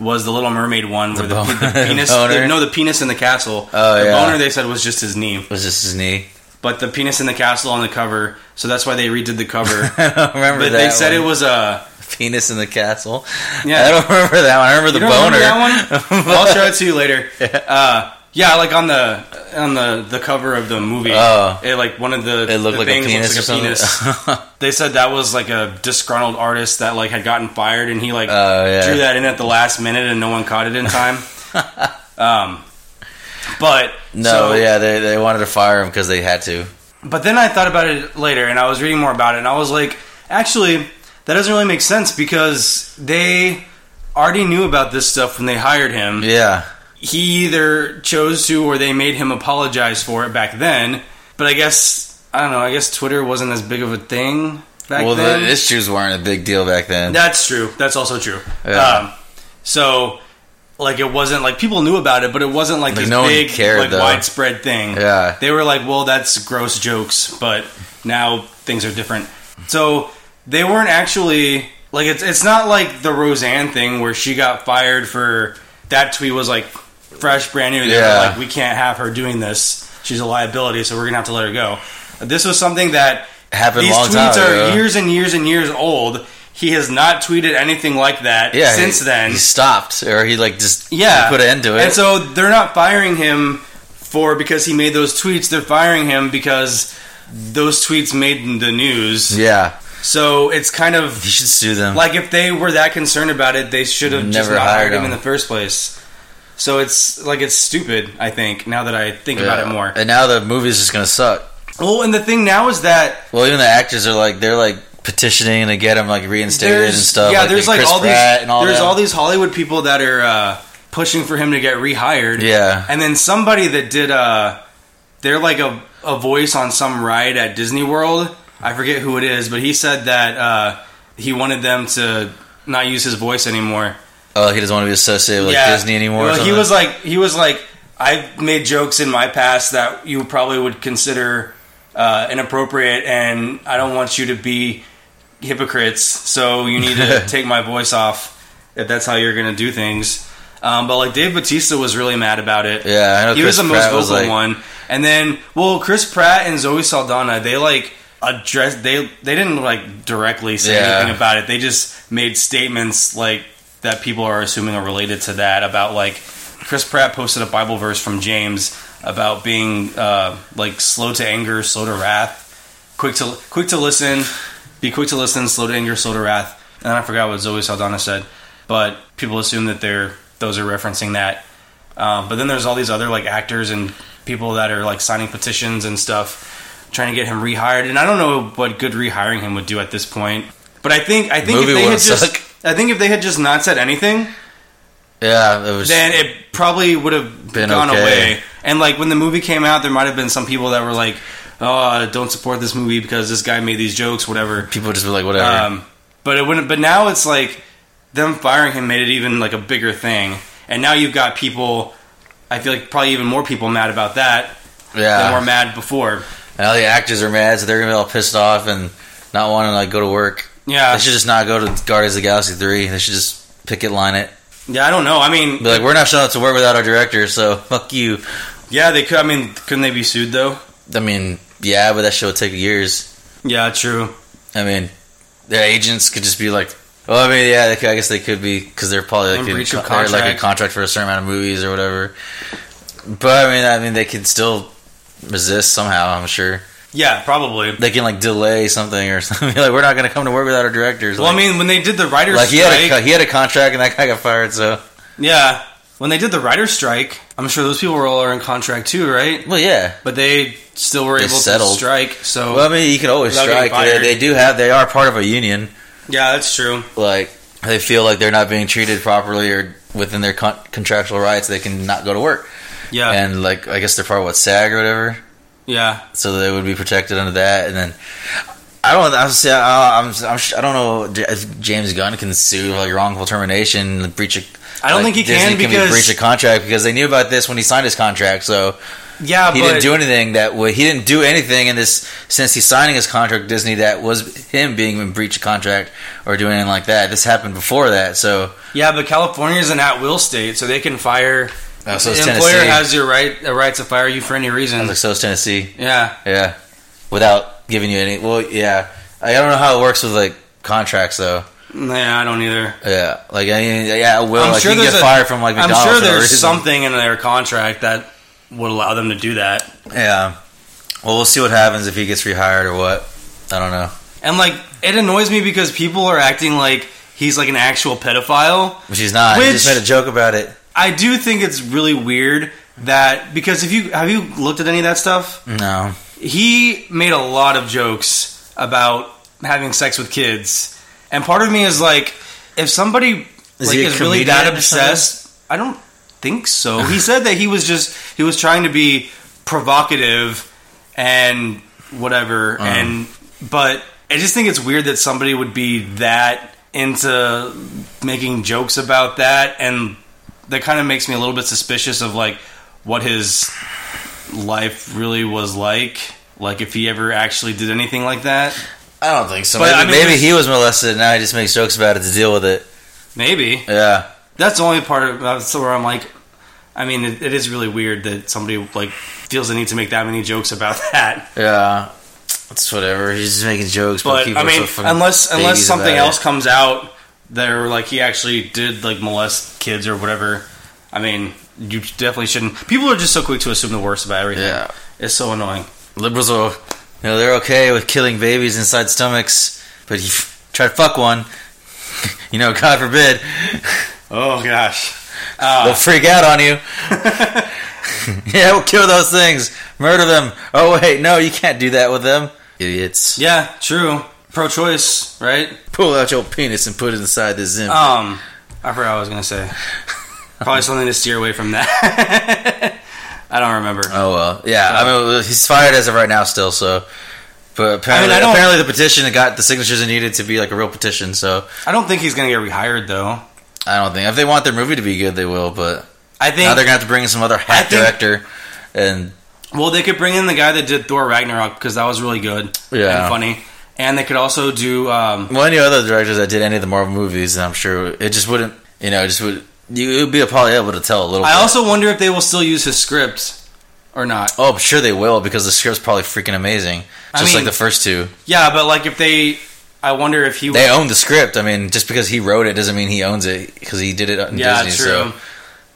Speaker 1: was the Little Mermaid one, where the,
Speaker 2: The
Speaker 1: pe- the
Speaker 2: boner.
Speaker 1: penis,
Speaker 2: The boner?
Speaker 1: no, the penis in the castle.
Speaker 2: Oh,
Speaker 1: the
Speaker 2: yeah.
Speaker 1: boner they said was just his knee,
Speaker 2: was this his knee?
Speaker 1: but the penis in the castle on the cover. So that's why they redid the cover.
Speaker 2: I don't remember
Speaker 1: but
Speaker 2: that.
Speaker 1: they said
Speaker 2: one.
Speaker 1: it was a
Speaker 2: penis in the castle.
Speaker 1: Yeah.
Speaker 2: I don't remember that one. I remember the
Speaker 1: you don't
Speaker 2: boner.
Speaker 1: remember that one. I'll show it to you later. Uh, yeah, like on the on the, the cover of the movie,
Speaker 2: Oh.
Speaker 1: it like one of the
Speaker 2: It looked
Speaker 1: the
Speaker 2: like a
Speaker 1: things
Speaker 2: penis
Speaker 1: looks
Speaker 2: or
Speaker 1: like a penis.
Speaker 2: something.
Speaker 1: They said that was like a disgruntled artist that like had gotten fired, and he like
Speaker 2: Oh, yeah.
Speaker 1: drew that in at the last minute, and no one caught it in time. um, but
Speaker 2: no,
Speaker 1: so-
Speaker 2: yeah, they, they wanted to fire him because they had to.
Speaker 1: But then I thought about it later, and I was reading more about it, and I was like, actually, that doesn't really make sense because they already knew about this stuff when they hired him.
Speaker 2: Yeah,
Speaker 1: He either chose to, or they made him apologize for it back then. But I guess I don't know. I guess Twitter wasn't as big of a thing back
Speaker 2: well,
Speaker 1: then.
Speaker 2: the issues weren't a big deal back then.
Speaker 1: That's true. That's also true.
Speaker 2: Yeah.
Speaker 1: Um, so, like, it wasn't like people knew about it, but it wasn't like,
Speaker 2: Like,
Speaker 1: this
Speaker 2: no one
Speaker 1: big,
Speaker 2: cared,
Speaker 1: like
Speaker 2: though.
Speaker 1: widespread thing.
Speaker 2: Yeah.
Speaker 1: they were like, "Well, that's gross jokes," but now things are different. So they weren't actually like it's it's not like the Roseanne thing where she got fired for that tweet was like fresh, brand new. They were
Speaker 2: Yeah.
Speaker 1: like, "We can't have her doing this. She's a liability, so we're gonna have to let her go." This was something that
Speaker 2: Happened
Speaker 1: these
Speaker 2: a long
Speaker 1: tweets
Speaker 2: time
Speaker 1: are
Speaker 2: ago.
Speaker 1: years and years and years old. He has not tweeted anything like that
Speaker 2: yeah,
Speaker 1: since
Speaker 2: he-
Speaker 1: then.
Speaker 2: he stopped or he like just
Speaker 1: Yeah,
Speaker 2: put an end to it.
Speaker 1: And so they're not firing him for because he made those tweets. They're firing him because those tweets made the news.
Speaker 2: yeah,
Speaker 1: So it's kind of
Speaker 2: you should sue them.
Speaker 1: like if they were that concerned about it, they should have just
Speaker 2: Never
Speaker 1: not hired
Speaker 2: hired
Speaker 1: him in
Speaker 2: him.
Speaker 1: the first place. So it's like it's stupid. I think now that I think about it
Speaker 2: Yeah.
Speaker 1: more.
Speaker 2: And now the movie's just gonna suck.
Speaker 1: Well, and the thing now is that
Speaker 2: Well, even the actors are like they're like petitioning to get him like reinstated and stuff.
Speaker 1: Yeah, there's like
Speaker 2: Chris
Speaker 1: all
Speaker 2: Pratt
Speaker 1: these
Speaker 2: and all
Speaker 1: there's
Speaker 2: them.
Speaker 1: all these Hollywood people that are uh, pushing for him to get rehired.
Speaker 2: Yeah.
Speaker 1: and then somebody that did uh, they're like a a voice on some ride at Disney World. I forget who it is, but he said that uh, he wanted them to not use his voice anymore.
Speaker 2: Oh, he doesn't want to be associated with like, Disney anymore. or
Speaker 1: Well, he
Speaker 2: something?
Speaker 1: was like he was like I made jokes in my past that you probably would consider uh, inappropriate, and I don't want you to be hypocrites. So you need to take my voice off if that's how you're going to do things. Um, but like Dave Batista was really mad about it.
Speaker 2: Yeah, I know
Speaker 1: he was
Speaker 2: Chris
Speaker 1: the most
Speaker 2: Pratt was
Speaker 1: vocal
Speaker 2: like-
Speaker 1: one. And then, well, Chris Pratt and Zoe Saldana, they like addressed they they didn't like directly say
Speaker 2: Yeah.
Speaker 1: anything about it. They just made statements like that people are assuming are related to that about like Chris Pratt posted a Bible verse from James about being uh, like slow to anger, slow to wrath, quick to quick to listen, be quick to listen, slow to anger, slow to wrath. And I forgot what Zoe Saldana said, but people assume that they're those are referencing that. Um, but then there's all these other like actors and people that are like signing petitions and stuff, trying to get him rehired. And I don't know what good rehiring him would do at this point. But I think I think
Speaker 2: Movie
Speaker 1: if they had
Speaker 2: would've
Speaker 1: just
Speaker 2: sucked.
Speaker 1: I think if they had just not said anything,
Speaker 2: Yeah, it was.
Speaker 1: then it probably would have
Speaker 2: Been
Speaker 1: gone
Speaker 2: okay.
Speaker 1: away. And like when the movie came out, there might have been some people that were like, "Oh, don't support this movie because this guy made these jokes, whatever."
Speaker 2: people just were like, whatever.
Speaker 1: Um, but it wouldn't. But now it's like them firing him made it even like a bigger thing. And now you've got people. I feel like probably even more people mad about that than were
Speaker 2: yeah,
Speaker 1: mad before.
Speaker 2: and all the actors are mad, so they're gonna be all pissed off and not wanting to like go to work.
Speaker 1: Yeah,
Speaker 2: They should just not go to Guardians of the Galaxy three. They should just picket line it.
Speaker 1: yeah. I don't know. I mean,
Speaker 2: Be like, we're not showing up to work without our director, so fuck you.
Speaker 1: yeah, they could. I mean, couldn't they be sued though?
Speaker 2: I mean, yeah, but that shit would take years.
Speaker 1: Yeah, true.
Speaker 2: I mean, their agents could just be like, well, I mean, yeah, they could, I guess they could be because they're probably
Speaker 1: In
Speaker 2: like,
Speaker 1: breach of
Speaker 2: con- they're, like a
Speaker 1: contract.
Speaker 2: contract for a certain amount of movies or whatever. But I mean, I mean, they could still resist somehow. I'm sure
Speaker 1: Yeah, probably.
Speaker 2: they can like delay something or something. like, we're not going to come to work without our directors.
Speaker 1: Well, I
Speaker 2: like,
Speaker 1: mean, when they did the writers'
Speaker 2: like he
Speaker 1: strike,
Speaker 2: had a, he had a contract and that guy got fired. So
Speaker 1: Yeah. When they did the writer's strike, I'm sure those people were all in contract too, right?
Speaker 2: well, yeah.
Speaker 1: But they still were
Speaker 2: They
Speaker 1: able
Speaker 2: settled.
Speaker 1: to strike. So
Speaker 2: Well, I mean, you can always
Speaker 1: Oh. Without getting
Speaker 2: strike. They,
Speaker 1: fired.
Speaker 2: they do have they are part of a union.
Speaker 1: yeah, that's true.
Speaker 2: like they feel like they're not being treated properly or within their con- contractual rights, they can not go to work.
Speaker 1: Yeah,
Speaker 2: And like I guess they're part of what SAG or whatever,
Speaker 1: yeah,
Speaker 2: so they would be protected under that. And then I don't. I'm, s- I- I'm, I'm sh- I don't know J- if James Gunn can sue like wrongful termination, the breach of.
Speaker 1: I don't
Speaker 2: like,
Speaker 1: think he
Speaker 2: Disney
Speaker 1: can because-
Speaker 2: breach of contract because they knew about this when he signed his contract. So
Speaker 1: yeah.
Speaker 2: he
Speaker 1: but
Speaker 2: didn't do anything that would. He didn't do anything in this since he's signing his contract with Disney that was him being in breach of contract or doing anything like that. This happened before that, so
Speaker 1: yeah, but California's an at-will state, so they can fire.
Speaker 2: Oh, so it's
Speaker 1: the employer
Speaker 2: Tennessee.
Speaker 1: has your right a right to fire you for any reason.
Speaker 2: like so is Tennessee.
Speaker 1: yeah,
Speaker 2: Yeah, without giving you any. Well, yeah, I don't know how it works with like contracts though.
Speaker 1: nah, I don't either.
Speaker 2: Yeah, like I mean, yeah, I will.
Speaker 1: I'm
Speaker 2: like,
Speaker 1: sure
Speaker 2: you can
Speaker 1: there's
Speaker 2: get
Speaker 1: a-
Speaker 2: fired from like
Speaker 1: I'm
Speaker 2: McDonald's.
Speaker 1: sure
Speaker 2: for no
Speaker 1: there's
Speaker 2: reason.
Speaker 1: something in their contract that would allow them to do that.
Speaker 2: Yeah. Well, we'll see what happens if he gets rehired or what. I don't know.
Speaker 1: And like, it annoys me because people are acting like he's like an actual pedophile.
Speaker 2: Which he's not. he
Speaker 1: Which-
Speaker 2: just made a joke about it.
Speaker 1: I do think it's really weird that because if you have you looked at any of that stuff,
Speaker 2: No.
Speaker 1: he made a lot of jokes about having sex with kids, and part of me is like, if somebody
Speaker 2: Is
Speaker 1: like,
Speaker 2: he a
Speaker 1: is really
Speaker 2: comedian
Speaker 1: that
Speaker 2: or
Speaker 1: obsessed, I don't think so. he said that he was just he was trying to be provocative and whatever,
Speaker 2: Uh-huh.
Speaker 1: and but I just think it's weird that somebody would be that into making jokes about that and that kind of makes me a little bit suspicious of like what his life really was like like if he ever actually did anything like that
Speaker 2: I don't think so.
Speaker 1: But,
Speaker 2: maybe
Speaker 1: I mean,
Speaker 2: maybe
Speaker 1: there's-
Speaker 2: he was molested and now he just makes jokes about it to deal with it.
Speaker 1: maybe
Speaker 2: Yeah.
Speaker 1: that's the only part of that's where i'm like i mean it, it is really weird that somebody like feels the need to make that many jokes about that
Speaker 2: Yeah. It's whatever. He's just making jokes.
Speaker 1: but
Speaker 2: people
Speaker 1: i
Speaker 2: are
Speaker 1: mean
Speaker 2: so fucking
Speaker 1: unless unless
Speaker 2: babies
Speaker 1: something
Speaker 2: about it.
Speaker 1: else comes out that are like he actually did like molest kids or whatever i mean you definitely shouldn't people are just so quick to assume the worst about everything
Speaker 2: Yeah.
Speaker 1: it's so annoying
Speaker 2: liberals will, you know, they're okay with killing babies inside stomachs, but you try to fuck one, you know, God forbid,
Speaker 1: oh gosh Ah. Uh,
Speaker 2: they'll freak out on you. yeah, we'll kill those things, murder them. Oh wait, no, you can't do that with them, idiots.
Speaker 1: Yeah, true. Pro choice, right?
Speaker 2: Pull out your penis and put it inside this zim.
Speaker 1: Um, I forgot what I was going to say. Probably something to steer away from that. I don't remember.
Speaker 2: oh well, yeah. I mean, he's fired as of right now, still. So, but apparently,
Speaker 1: I don't-
Speaker 2: apparently, the petition that got the signatures it needed to be like a real petition. So,
Speaker 1: I don't think he's going to get rehired, though.
Speaker 2: I don't think if they want their movie to be good, they will. But
Speaker 1: I think
Speaker 2: now they're gonna have to bring in some other
Speaker 1: I
Speaker 2: hack
Speaker 1: think-
Speaker 2: director, and
Speaker 1: Well, they could bring in the guy that did Thor Ragnarok because that was really good
Speaker 2: Yeah.
Speaker 1: and funny. And they could also do um,
Speaker 2: well, any other directors that did any of the Marvel movies, and I'm sure it just wouldn't, you know, it just would. You would be probably able to tell a little.
Speaker 1: I
Speaker 2: bit.
Speaker 1: also wonder if they will still use his script or not.
Speaker 2: oh, I'm sure they will because the script's probably freaking amazing,
Speaker 1: I
Speaker 2: just
Speaker 1: mean-
Speaker 2: like the first two.
Speaker 1: Yeah, but like if they, I wonder if he.
Speaker 2: They own the script. I mean, just because he wrote it doesn't mean he owns it because he did it in
Speaker 1: yeah,
Speaker 2: Disney.
Speaker 1: true.
Speaker 2: So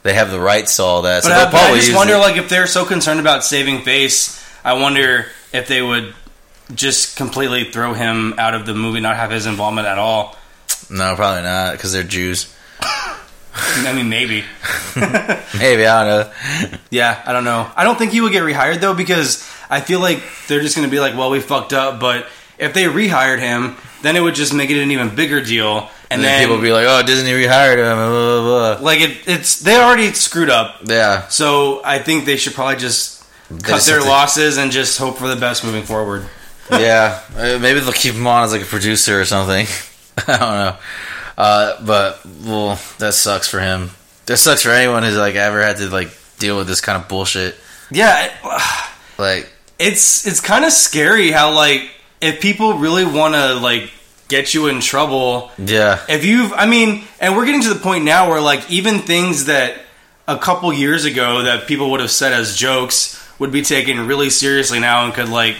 Speaker 2: they have the rights to all that.
Speaker 1: but
Speaker 2: so
Speaker 1: I,
Speaker 2: they'll
Speaker 1: but I
Speaker 2: probably
Speaker 1: just
Speaker 2: use
Speaker 1: wonder,
Speaker 2: it.
Speaker 1: like, if they're so concerned about saving face, I wonder if they would just completely throw him out of the movie, not have his involvement at all.
Speaker 2: no, probably not because they're Jews.
Speaker 1: I mean, maybe.
Speaker 2: Maybe I don't know.
Speaker 1: Yeah, I don't know. I don't think he would get rehired though because I feel like they're just going to be like, "Well, we fucked up," but if they rehired him, then it would just make it an even bigger deal. And,
Speaker 2: And
Speaker 1: then,
Speaker 2: then people be like, "Oh, Disney rehired him." Blah, blah, blah.
Speaker 1: like it, it's they already screwed up.
Speaker 2: Yeah,
Speaker 1: So I think they should probably just cut
Speaker 2: just
Speaker 1: their
Speaker 2: have to-
Speaker 1: losses and just hope for the best moving forward.
Speaker 2: yeah. Uh, Maybe they'll keep him on as like a producer or something. I don't know. Uh, but well, that sucks for him. That sucks for anyone who's like ever had to like deal with this kind of bullshit.
Speaker 1: Yeah,
Speaker 2: Like,
Speaker 1: it's it's kind of scary how like if people really want to like get you in trouble,
Speaker 2: yeah,
Speaker 1: if you've i mean and we're getting to the point now where like even things that a couple years ago that people would have said as jokes would be taken really seriously now and could like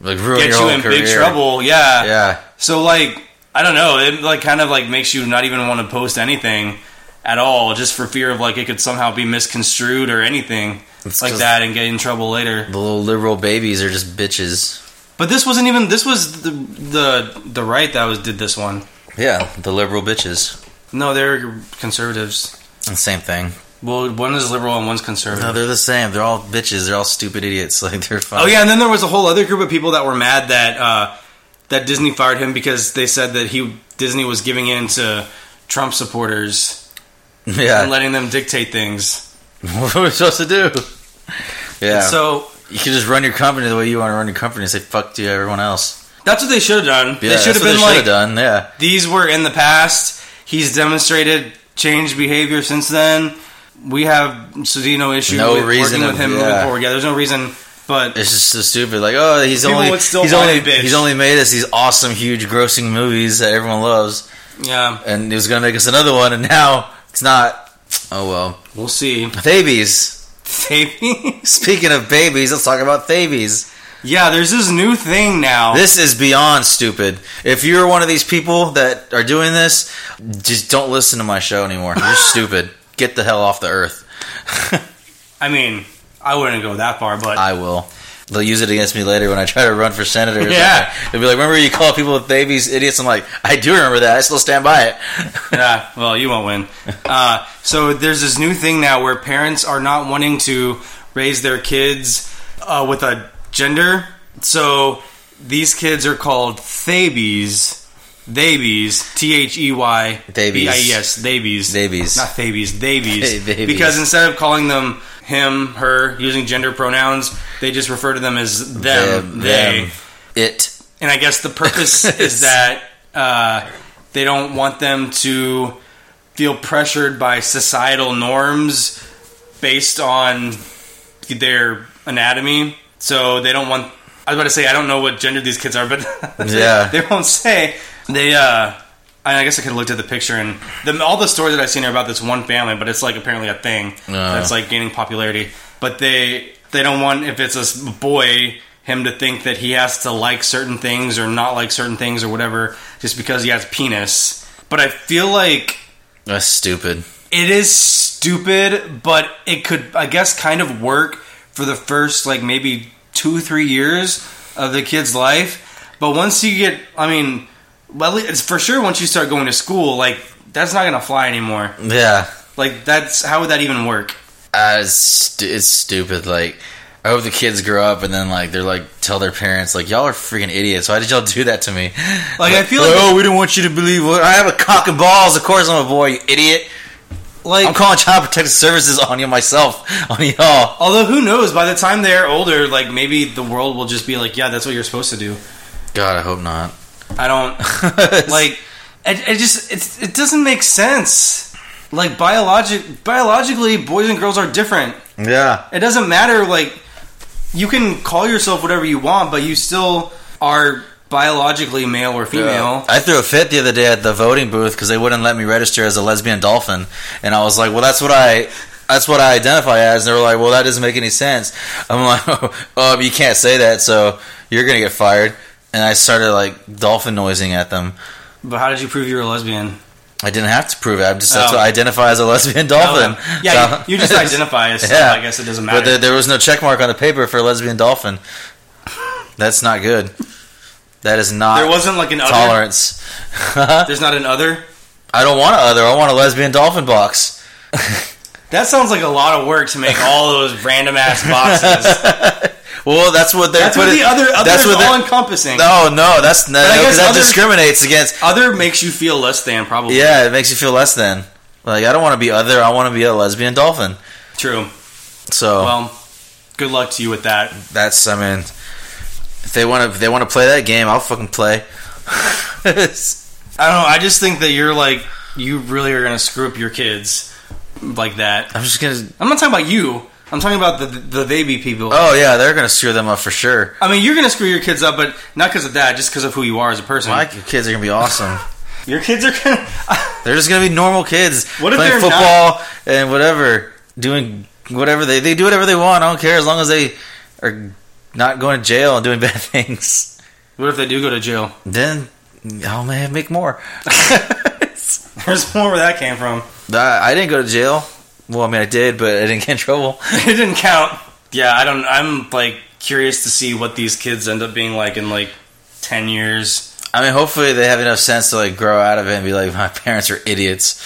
Speaker 2: like ruin
Speaker 1: get
Speaker 2: your
Speaker 1: you
Speaker 2: whole
Speaker 1: in
Speaker 2: career.
Speaker 1: big trouble yeah.
Speaker 2: Yeah,
Speaker 1: so like i don't know it like kind of like makes you not even want to post anything at all just for fear of like it could somehow be misconstrued or anything
Speaker 2: It's
Speaker 1: like
Speaker 2: 'cause-
Speaker 1: that and get in trouble later
Speaker 2: the little liberal babies are just bitches.
Speaker 1: but this wasn't even this was the the the right that was did this one
Speaker 2: Yeah, the liberal bitches.
Speaker 1: no they're conservatives
Speaker 2: Same thing.
Speaker 1: well one is liberal and one's conservative
Speaker 2: No, they're the same. They're all bitches. They're all stupid idiots. Like they're fine.
Speaker 1: Oh yeah, and then there was a whole other group of people that were mad that uh, that Disney fired him because they said that he Disney was giving in to Trump supporters and
Speaker 2: yeah.
Speaker 1: letting them dictate things.
Speaker 2: what are we supposed to do? Yeah.
Speaker 1: And so
Speaker 2: you can just run your company the way you want to run your company and say fuck to everyone else.
Speaker 1: that's what they should have done.
Speaker 2: Yeah,
Speaker 1: they should have
Speaker 2: that's what
Speaker 1: been
Speaker 2: they should
Speaker 1: like
Speaker 2: have done. Yeah.
Speaker 1: these were in the past. He's demonstrated changed behavior since then. We have so you know issue
Speaker 2: No
Speaker 1: with
Speaker 2: reason
Speaker 1: working with
Speaker 2: of-
Speaker 1: him
Speaker 2: yeah.
Speaker 1: moving forward. Yeah, there's no reason, but
Speaker 2: It's just so stupid. Like, oh, he's
Speaker 1: People
Speaker 2: only
Speaker 1: would still
Speaker 2: he's
Speaker 1: whine
Speaker 2: only
Speaker 1: and bitch.
Speaker 2: he's only made us these awesome, huge, grossing movies that everyone loves,
Speaker 1: yeah,
Speaker 2: and he was gonna make us another one, and now it's not. Oh well,
Speaker 1: we'll see.
Speaker 2: babies.
Speaker 1: Maybe.
Speaker 2: Speaking of babies, let's talk about babies.
Speaker 1: yeah, there's this new thing now.
Speaker 2: This is beyond stupid. If you're one of these people that are doing this, just don't listen to my show anymore. You're stupid. Get the hell off the earth.
Speaker 1: I mean, I wouldn't go that far, but
Speaker 2: I will. They'll use it against me later when I try to run for senator. or
Speaker 1: Yeah.
Speaker 2: something. They'll be like, remember you called people babies idiots? I'm like, I do remember that. I still stand by it.
Speaker 1: yeah, well, you won't win. Uh, so there's this new thing now where parents are not wanting to raise their kids uh, with a gender. So these kids are called thabies. Thabies, T H E Y B I E S, thabies,
Speaker 2: Thabies.
Speaker 1: not thabies, thabies.
Speaker 2: Thabies.
Speaker 1: Because instead of calling them him, her, using gender pronouns, they just refer to them as them,
Speaker 2: Them,
Speaker 1: they
Speaker 2: them, it.
Speaker 1: and I guess the purpose is that uh, they don't want them to feel pressured by societal norms based on their anatomy. So they don't want. I was about to say I don't know what gender these kids are, but
Speaker 2: Yeah.
Speaker 1: they won't say. They. uh I I guess I could have looked at the picture and the, all the stories that I've seen are about this one family, but it's like apparently a thing
Speaker 2: Uh.
Speaker 1: that's like gaining popularity. But they they don't want if it's a s- boy him to think that he has to like certain things or not like certain things or whatever just because he has penis. But I feel like
Speaker 2: That's stupid.
Speaker 1: it is stupid, but it could, I guess, kind of work for the first like maybe two, three years of the kid's life. But once you get, I mean, well, it's for sure once you start going to school, like that's not gonna fly anymore.
Speaker 2: Yeah.
Speaker 1: Like that's how would that even work?
Speaker 2: Uh, it's, stu- it's stupid. Like, I hope the kids grow up and then like they're like tell their parents like y'all are freaking idiots. Why did y'all do that to me?
Speaker 1: Like, I feel like-
Speaker 2: oh we didn't want you to believe what I have a cock and balls. Of course I'm a boy, you idiot.
Speaker 1: Like,
Speaker 2: I'm calling child protective services on you myself on y'all.
Speaker 1: although who knows? By the time they're older, like maybe the world will just be like, yeah, that's what you're supposed to do.
Speaker 2: God, I hope not.
Speaker 1: I don't like. It, it just it, it doesn't make sense. like biologic biologically boys and girls are different.
Speaker 2: Yeah.
Speaker 1: It doesn't matter like you can call yourself whatever you want, but you still are biologically male or female.
Speaker 2: I threw a fit the other day at the voting booth because they wouldn't let me register as a lesbian dolphin, and I was like, "Well, that's what I." That's what I identify as, and they were like, "Well, that doesn't make any sense." I'm like, "Um, you can't say that, so you're gonna get fired." And I started like dolphin noising at them.
Speaker 1: But how did you prove you were a lesbian?
Speaker 2: I didn't have to prove it. I'm just that's
Speaker 1: Oh.
Speaker 2: what I identify as a lesbian dolphin.
Speaker 1: Yeah,
Speaker 2: So-
Speaker 1: you, you just identify as stuff.
Speaker 2: Yeah.
Speaker 1: I guess it doesn't matter.
Speaker 2: But there, there was no check mark on the paper for lesbian dolphin. That's not good. That is not
Speaker 1: there wasn't like an other.
Speaker 2: tolerance.
Speaker 1: There's not an other.
Speaker 2: I don't want a other. I want a lesbian dolphin box.
Speaker 1: That sounds like a lot of work to make all those random ass boxes.
Speaker 2: Well, that's what they're.
Speaker 1: That's what
Speaker 2: putting-
Speaker 1: the other other
Speaker 2: that's
Speaker 1: is
Speaker 2: what they're-
Speaker 1: all encompassing.
Speaker 2: No, no, that's no,
Speaker 1: I
Speaker 2: no, 'cause
Speaker 1: guess
Speaker 2: that
Speaker 1: other-
Speaker 2: discriminates against.
Speaker 1: Other makes you feel less than probably.
Speaker 2: Yeah, it makes you feel less than. Like I don't want to be other. I want to be a lesbian dolphin.
Speaker 1: True.
Speaker 2: So
Speaker 1: Well, good luck to you with that.
Speaker 2: that's. I mean, if they want to, if they want to play that game, I'll fucking play.
Speaker 1: I don't know. I just think that you're like you really are gonna screw up your kids like that.
Speaker 2: I'm just gonna.
Speaker 1: I'm not talking about you. I'm talking about the the baby people.
Speaker 2: Oh yeah, they're gonna screw them up for sure.
Speaker 1: I mean, you're gonna screw your kids up, but not because of that, just because of who you are as a person.
Speaker 2: My kids are gonna be awesome.
Speaker 1: Your kids are gonna.
Speaker 2: They're just gonna be normal kids
Speaker 1: What if
Speaker 2: playing
Speaker 1: they're
Speaker 2: football and whatever, doing whatever they they do whatever they want. I don't care as long as they are not going to jail and doing bad things.
Speaker 1: what if they do go to jail?
Speaker 2: Then I'll ma- make more.
Speaker 1: There's more where that came from.
Speaker 2: I, I didn't go to jail. Well, I mean, I did, but I didn't get in trouble.
Speaker 1: it didn't count. Yeah, I don't. I'm like curious to see what these kids end up being like in like ten years.
Speaker 2: I mean, hopefully they have enough sense to like grow out of it and be like, my parents are idiots.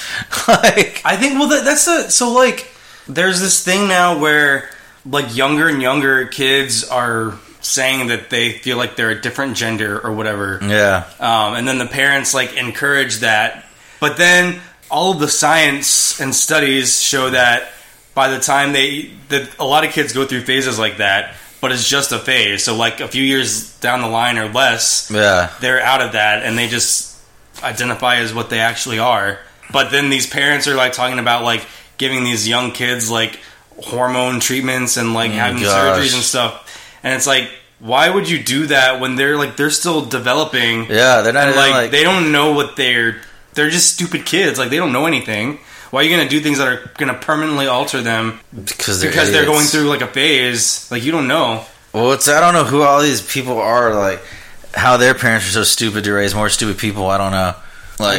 Speaker 2: like,
Speaker 1: I think. Well, that, that's a so like. There's this thing now where like younger and younger kids are saying that they feel like they're a different gender or whatever.
Speaker 2: yeah,
Speaker 1: um, and then the parents like encourage that. But then all of the science and studies show that by the time they that a lot of kids go through phases like that, but it's just a phase. So like a few years down the line or less,
Speaker 2: yeah.
Speaker 1: they're out of that and they just identify as what they actually are. But then these parents are like talking about like giving these young kids like hormone treatments and like having
Speaker 2: Mm, gosh.
Speaker 1: surgeries and stuff. And it's like, why would you do that when they're like they're still developing?
Speaker 2: Yeah, they're not
Speaker 1: And,
Speaker 2: even,
Speaker 1: like,
Speaker 2: like,
Speaker 1: they don't know what they're they're just stupid kids like they don't know anything why are you gonna do things that are gonna permanently alter them
Speaker 2: because they're
Speaker 1: because they're
Speaker 2: idiots.
Speaker 1: going through like a phase like you don't know
Speaker 2: Well, it's I don't know who all these people are. Like how their parents are so stupid to raise more stupid people. I don't know. Like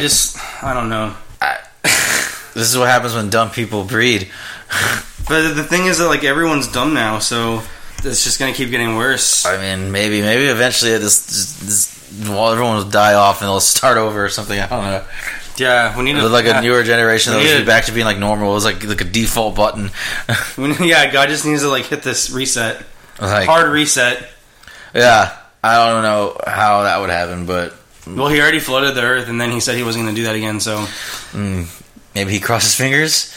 Speaker 1: i just i don't know
Speaker 2: this is what happens when dumb people breed.
Speaker 1: but the thing is that like everyone's dumb now so it's just gonna keep getting worse
Speaker 2: I mean, maybe maybe eventually this, this, this well, everyone will die off and they'll start over or something. I don't know.
Speaker 1: yeah we need to
Speaker 2: But like a newer generation, they'll
Speaker 1: Yeah.
Speaker 2: just be back to being like normal. It was like like a default button.
Speaker 1: new yeah god just needs to like hit this reset
Speaker 2: like
Speaker 1: hard reset
Speaker 2: yeah, I don't know how that would happen, but
Speaker 1: well he already flooded the earth and then he said he wasn't gonna do that again so
Speaker 2: hmm, maybe he crosses fingers.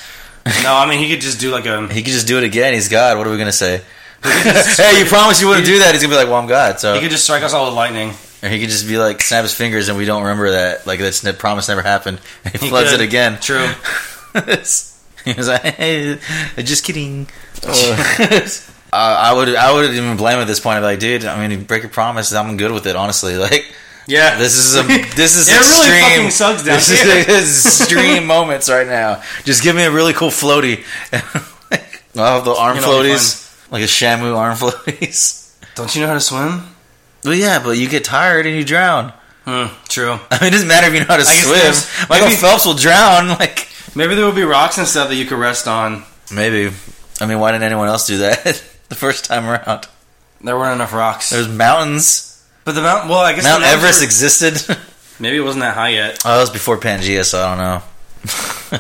Speaker 1: no i mean he could just do like a
Speaker 2: He could just do it again. He's God. What are we gonna say? hey, you promised you wouldn't do that. He's gonna be like, well, I'm God. So
Speaker 1: he could just strike us all with lightning
Speaker 2: Or he could just be like, snap his fingers, and we don't remember that. Like that's that promise never happened. And he, floods
Speaker 1: could.
Speaker 2: it again.
Speaker 1: true
Speaker 2: he was like, hey, just kidding. Uh, I would, I wouldn't even blame him at this point. I'd be like, dude, I mean, you break your promise. I'm good with it, honestly. Like
Speaker 1: yeah
Speaker 2: this is a, this is
Speaker 1: It really
Speaker 2: extreme,
Speaker 1: fucking sucks down
Speaker 2: this
Speaker 1: here.
Speaker 2: Is, this is extreme moments right now. Just give me a really cool floaty. I'll have the arm
Speaker 1: It'll be
Speaker 2: floaties, like a Shamu arm floaties.
Speaker 1: don't you know how to swim
Speaker 2: Well, yeah, but you get tired and you drown.
Speaker 1: Hmm, true.
Speaker 2: I mean, it doesn't matter if you know how to
Speaker 1: I guess
Speaker 2: swim.
Speaker 1: there's-
Speaker 2: Michael
Speaker 1: maybe-
Speaker 2: Phelps will drown. Like
Speaker 1: Maybe there will be rocks and stuff that you could rest on.
Speaker 2: maybe. I mean, why didn't anyone else do that the first time around?
Speaker 1: There weren't enough rocks.
Speaker 2: There's mountains.
Speaker 1: but the mountain, well, I guess the
Speaker 2: Mount
Speaker 1: mountains
Speaker 2: Everest
Speaker 1: were-
Speaker 2: existed. oh,
Speaker 1: maybe it wasn't that high yet.
Speaker 2: that was before Pangea, so I don't know.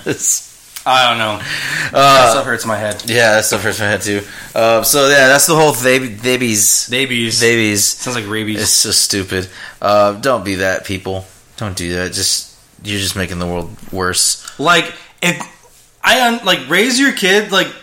Speaker 2: It's-
Speaker 1: I don't know. that
Speaker 2: uh,
Speaker 1: stuff hurts my head.
Speaker 2: yeah, that's the first one I had too. Uh, so yeah, that's the whole thab- babies.
Speaker 1: Babies.
Speaker 2: Babies.
Speaker 1: Sounds like rabies.
Speaker 2: It's so stupid. Uh, don't be that, people. Don't do that. Just you're just making the world worse.
Speaker 1: like if I un- like raise your kid like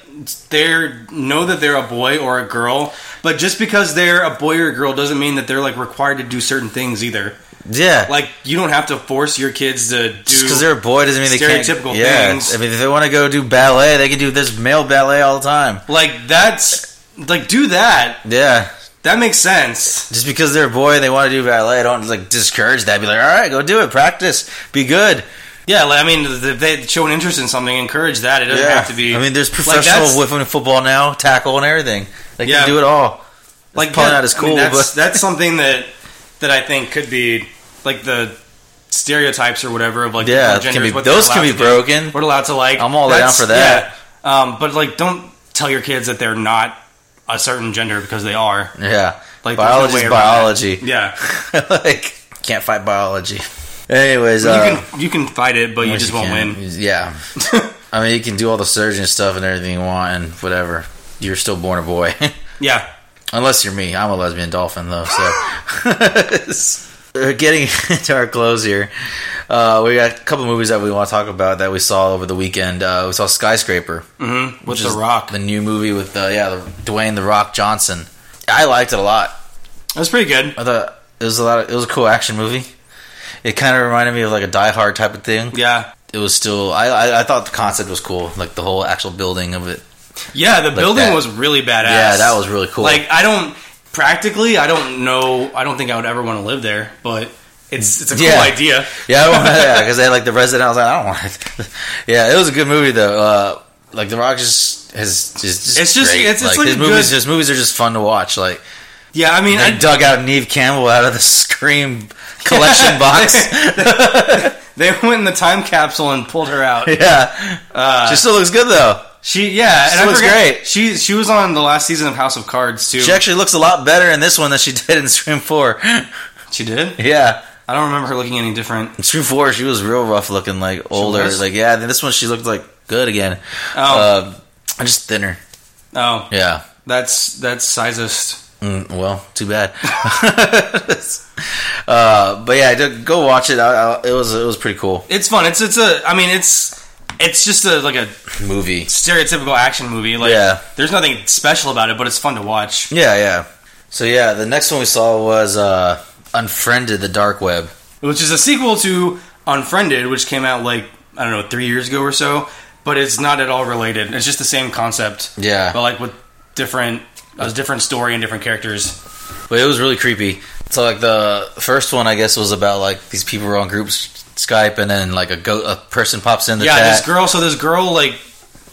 Speaker 1: they're know that they're a boy or a girl, but just because they're a boy or a girl doesn't mean that they're like required to do certain things either.
Speaker 2: Yeah.
Speaker 1: Like you don't have to force your kids to do
Speaker 2: just because they're a boy doesn't mean they can't.
Speaker 1: stereotypical
Speaker 2: yeah,
Speaker 1: things.
Speaker 2: I mean, if they want to go do ballet, they can do this male ballet all the time.
Speaker 1: like that's like do that.
Speaker 2: Yeah,
Speaker 1: That makes sense.
Speaker 2: just because they're a boy and they want to do ballet, don't like discourage that. Be like, all right, go do it, practice, be good.
Speaker 1: Yeah, like, I mean, if they show an interest in something, encourage that. It doesn't
Speaker 2: yeah,
Speaker 1: have to be.
Speaker 2: I mean, there's
Speaker 1: Like,
Speaker 2: professional
Speaker 1: that's-
Speaker 2: women football now, tackle and everything. They
Speaker 1: Yeah.
Speaker 2: can do it all.
Speaker 1: like
Speaker 2: probably
Speaker 1: yeah,
Speaker 2: not as
Speaker 1: I mean,
Speaker 2: cool,
Speaker 1: that's,
Speaker 2: but-
Speaker 1: that's something that that I think could be like the stereotypes or whatever of like
Speaker 2: Yeah,
Speaker 1: different
Speaker 2: it can
Speaker 1: genders,
Speaker 2: be-
Speaker 1: what they're
Speaker 2: those can
Speaker 1: allowed
Speaker 2: be
Speaker 1: to do,
Speaker 2: broken.
Speaker 1: What allowed to like.
Speaker 2: I'm all down
Speaker 1: That's-
Speaker 2: for that.
Speaker 1: yeah. Um, but like, don't tell your kids that they're not a certain gender because they are.
Speaker 2: Yeah,
Speaker 1: Like, there's no
Speaker 2: like biology's
Speaker 1: way around
Speaker 2: biology.
Speaker 1: Yeah,
Speaker 2: like can't fight biology. Anyways,
Speaker 1: you
Speaker 2: uh,
Speaker 1: can you can fight it, but you
Speaker 2: Yes,
Speaker 1: just won't
Speaker 2: can.
Speaker 1: win.
Speaker 2: Yeah. I mean, you can do all the surgeon stuff and everything you want and whatever. You're still born a boy.
Speaker 1: Yeah,
Speaker 2: Unless you're me. I'm a lesbian dolphin, though, so. We're Getting into our close here, uh, we got a couple movies that we want to talk about that we saw over the weekend. Uh, we saw Skyscraper,
Speaker 1: mm-hmm. with
Speaker 2: which
Speaker 1: the
Speaker 2: is
Speaker 1: Rock,
Speaker 2: the new movie with uh, yeah, the, Dwayne the Rock Johnson. I liked it a lot.
Speaker 1: that's pretty good.
Speaker 2: I thought it was a lot. Of, it was a cool action movie. It kind of reminded me of like a Die Hard type of thing.
Speaker 1: Yeah,
Speaker 2: it was still I, I I thought the concept was cool, like the whole actual building of it.
Speaker 1: yeah, the building
Speaker 2: that-
Speaker 1: was really badass.
Speaker 2: Yeah, that was really cool.
Speaker 1: Like I don't practically, I don't know. I don't think I would ever want to live there, but it's it's a cool
Speaker 2: Yeah.
Speaker 1: idea.
Speaker 2: yeah, I wanna, yeah, because they had like the resident. I was like, I don't want it. yeah, it was a good movie though. Uh, like The Rock just has just, just
Speaker 1: It's just-
Speaker 2: great.
Speaker 1: it's- it's
Speaker 2: like,
Speaker 1: like
Speaker 2: his
Speaker 1: a
Speaker 2: movies.
Speaker 1: good-
Speaker 2: His movies are just fun to watch. Like
Speaker 1: Yeah, I mean,
Speaker 2: they
Speaker 1: I,
Speaker 2: dug out Neve Campbell out of the Scream collection box.
Speaker 1: they went in the time capsule and pulled her out. Uh,
Speaker 2: yeah, she still looks good though.
Speaker 1: She, yeah,
Speaker 2: She
Speaker 1: and I
Speaker 2: looks
Speaker 1: forgot-
Speaker 2: great.
Speaker 1: She she was on the last season of House of Cards too.
Speaker 2: She actually looks a lot better in this one than she did in Scream Four.
Speaker 1: She did.
Speaker 2: yeah.
Speaker 1: I don't remember her looking any different.
Speaker 2: In Scream Four, she was real rough looking, like older.
Speaker 1: was?
Speaker 2: Like yeah, then this one she looked like good again.
Speaker 1: Oh,
Speaker 2: Um, just thinner.
Speaker 1: oh,
Speaker 2: Yeah.
Speaker 1: that's that's sizest.
Speaker 2: Mm, well, too bad. uh, but yeah, d- go watch it. I, I, it was it was pretty cool
Speaker 1: It's fun. It's it's a. I mean, it's it's just a like a
Speaker 2: movie.
Speaker 1: stereotypical action movie. Like,
Speaker 2: Yeah.
Speaker 1: there's nothing special about it, but it's fun to watch.
Speaker 2: Yeah, yeah. So yeah, the next one we saw was uh, Unfriended: The Dark Web.
Speaker 1: which is a sequel to Unfriended, which came out like I don't know three years ago or so. But it's not at all related. It's just the same concept,
Speaker 2: Yeah.
Speaker 1: but like with different, a different story and different characters.
Speaker 2: But it was really creepy. So like the first one, I guess, was about like these people were on groups Skype, and then like a go- a person pops in the
Speaker 1: yeah,
Speaker 2: chat.
Speaker 1: this girl. So this girl, like,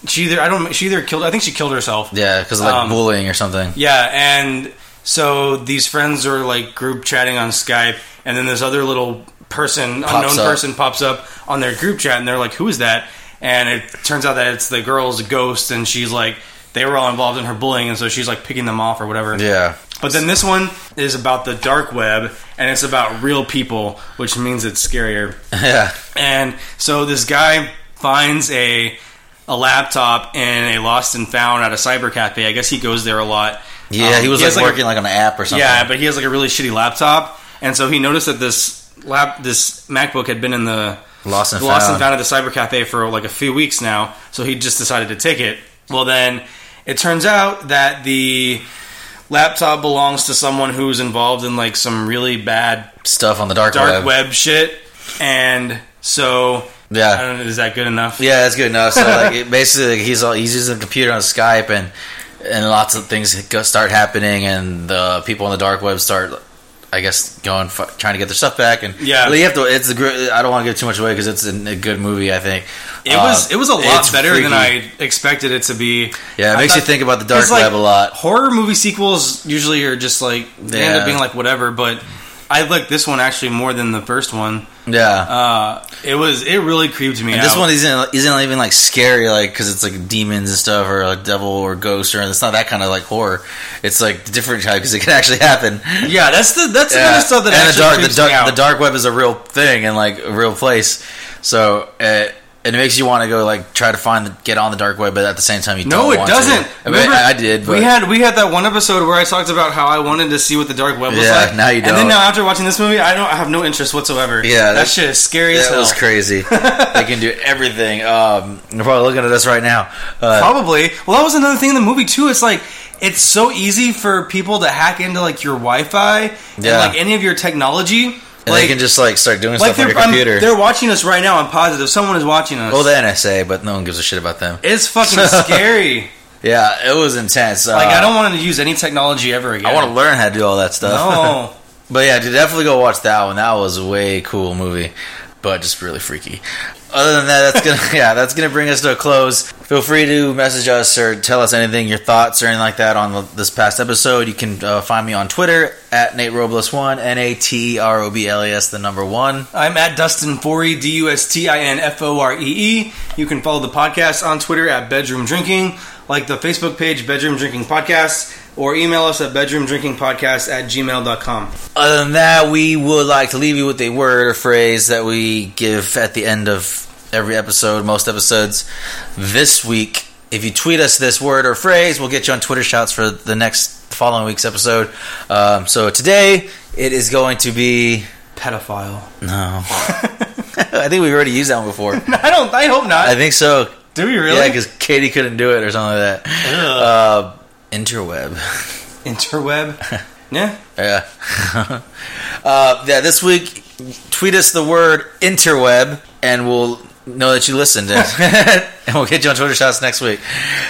Speaker 1: she either I don't, she either killed. I think she killed herself.
Speaker 2: yeah, because like
Speaker 1: Um,
Speaker 2: bullying or something.
Speaker 1: Yeah, and so these friends are like group chatting on Skype, and then this other little person, unknown
Speaker 2: up.
Speaker 1: person, pops up on their group chat, and they're like, "Who is that?" And it turns out that it's the girl's ghost, and she's like, they were all involved in her bullying, and so she's like picking them off or whatever.
Speaker 2: Yeah,
Speaker 1: But then this one is about the dark web, and it's about real people, which means it's scarier.
Speaker 2: yeah,
Speaker 1: um, And so this guy finds a a laptop in a lost and found at a cyber cafe. I guess he goes there a lot.
Speaker 2: yeah.
Speaker 1: Um,
Speaker 2: he was
Speaker 1: has,
Speaker 2: like,
Speaker 1: a-
Speaker 2: working like on an app or something.
Speaker 1: yeah, but he has like a really shitty laptop, and so he noticed that this lap this MacBook had been in the
Speaker 2: Lost and
Speaker 1: lost
Speaker 2: found.
Speaker 1: and found at the cyber cafe for like a few weeks now. So he just decided to take it. Well, then it turns out that the laptop belongs to someone who's involved in like some really bad
Speaker 2: stuff on the dark,
Speaker 1: dark
Speaker 2: web.
Speaker 1: web shit, and so
Speaker 2: Yeah.
Speaker 1: I don't know, is that good enough?
Speaker 2: Yeah, that's good enough. So like, it basically, like, he's all he's using the computer on Skype, and and lots of things go, start happening, and the people on the dark web start, I guess, going f- trying to get their stuff back, and
Speaker 1: Yeah.
Speaker 2: Well, you have to. It's a gr- I don't want to give too much away because it's an, a good movie. I think
Speaker 1: It
Speaker 2: Uh,
Speaker 1: was it was a
Speaker 2: it's
Speaker 1: lot better than
Speaker 2: freaky.
Speaker 1: I expected it to be.
Speaker 2: Yeah, it
Speaker 1: I
Speaker 2: makes you
Speaker 1: thought-
Speaker 2: think about the dark
Speaker 1: 'cause, like,
Speaker 2: web a lot.
Speaker 1: Horror movie sequels usually are just like they end
Speaker 2: Yeah.
Speaker 1: up being like whatever, but I liked this one actually more than the first one.
Speaker 2: Yeah.
Speaker 1: Uh, it was it really creeped me.
Speaker 2: and
Speaker 1: out.
Speaker 2: this one isn't isn't even like scary, like because it's like demons and stuff, or like devil or ghosts, or it's not that kind of like horror. It's like different type because it can actually happen.
Speaker 1: yeah, that's the that's the kind of stuff that
Speaker 2: and
Speaker 1: actually
Speaker 2: the dark,
Speaker 1: creeps
Speaker 2: the dark,
Speaker 1: me out.
Speaker 2: the dark web is a real thing and like a real place. So uh, and it makes you want to go like try to find the, get on the dark web, but at the same time you
Speaker 1: No,
Speaker 2: don't
Speaker 1: it
Speaker 2: want
Speaker 1: doesn't.
Speaker 2: To. I, mean,
Speaker 1: Remember,
Speaker 2: I, I did, but
Speaker 1: we had we had that one episode where I talked about how I wanted to see what the dark web was
Speaker 2: Yeah,
Speaker 1: like.
Speaker 2: now you
Speaker 1: And
Speaker 2: don't.
Speaker 1: then now after watching this movie, I don't I have no interest whatsoever. that,
Speaker 2: Yeah, that-
Speaker 1: shit is scary as
Speaker 2: that
Speaker 1: hell.
Speaker 2: was crazy. they can do everything. Um, they're probably looking at us right now. Uh,
Speaker 1: Probably. Well, that was another thing in the movie too. It's like it's so easy for people to hack into like your Wi-Fi and
Speaker 2: Yeah.
Speaker 1: like any of your technology.
Speaker 2: And
Speaker 1: Like-
Speaker 2: they can just like start doing stuff on
Speaker 1: they're,
Speaker 2: your
Speaker 1: I'm-
Speaker 2: computer.
Speaker 1: they're watching us right now. I'm positive someone is watching us.
Speaker 2: Oh, the NSA, but no one gives a shit about them.
Speaker 1: It's fucking scary.
Speaker 2: Yeah, it was intense.
Speaker 1: Like
Speaker 2: Uh,
Speaker 1: I don't want to use any technology ever again.
Speaker 2: I want to learn how to do all that stuff.
Speaker 1: No.
Speaker 2: But yeah, dude, definitely go watch that one. That was a way cool movie, but just really freaky. Other than that, that's gonna yeah, that's gonna bring us to a close. Feel free to message us or tell us anything, your thoughts or anything like that on the, this past episode. You can uh, find me on Twitter at Nate Robles one, N A T R O B L E S, the number one.
Speaker 1: I'm at Dustin Forey, D U S T I N F O R E E. You can follow the podcast on Twitter at Bedroom Drinking, like the Facebook page Bedroom Drinking Podcast, or email us at bedroomdrinkingpodcast at gmail.com.
Speaker 2: Other than that, we would like to leave you with a word or phrase that we give at the end of every episode, most episodes. This week, if you tweet us this word or phrase, we'll get you on Twitter shouts for the next following week's episode. Um, so today, it is going to be
Speaker 1: Pedophile.
Speaker 2: no. I think we've already used that one before.
Speaker 1: I don't. I hope
Speaker 2: I
Speaker 1: not.
Speaker 2: think so.
Speaker 1: Do we
Speaker 2: Yeah,
Speaker 1: really?
Speaker 2: 'cause Yeah, because Katie couldn't do it or something like that. Uh, interweb.
Speaker 1: Interweb. yeah.
Speaker 2: Yeah. uh, yeah, this week, tweet us the word interweb and we'll know that you listened. And, and we'll get you on Twitter shots next week.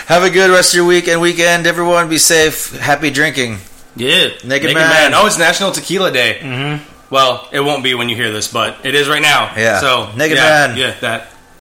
Speaker 2: Have a good rest of your week and weekend, everyone. Be safe. Happy drinking.
Speaker 1: Yeah. Naked,
Speaker 2: Man.
Speaker 1: Oh, it's National Tequila Day. Mm-hmm. Well, it won't be when you hear this, but it is right now.
Speaker 2: Yeah.
Speaker 1: So
Speaker 2: Naked
Speaker 1: yeah,
Speaker 2: Man.
Speaker 1: Yeah. That.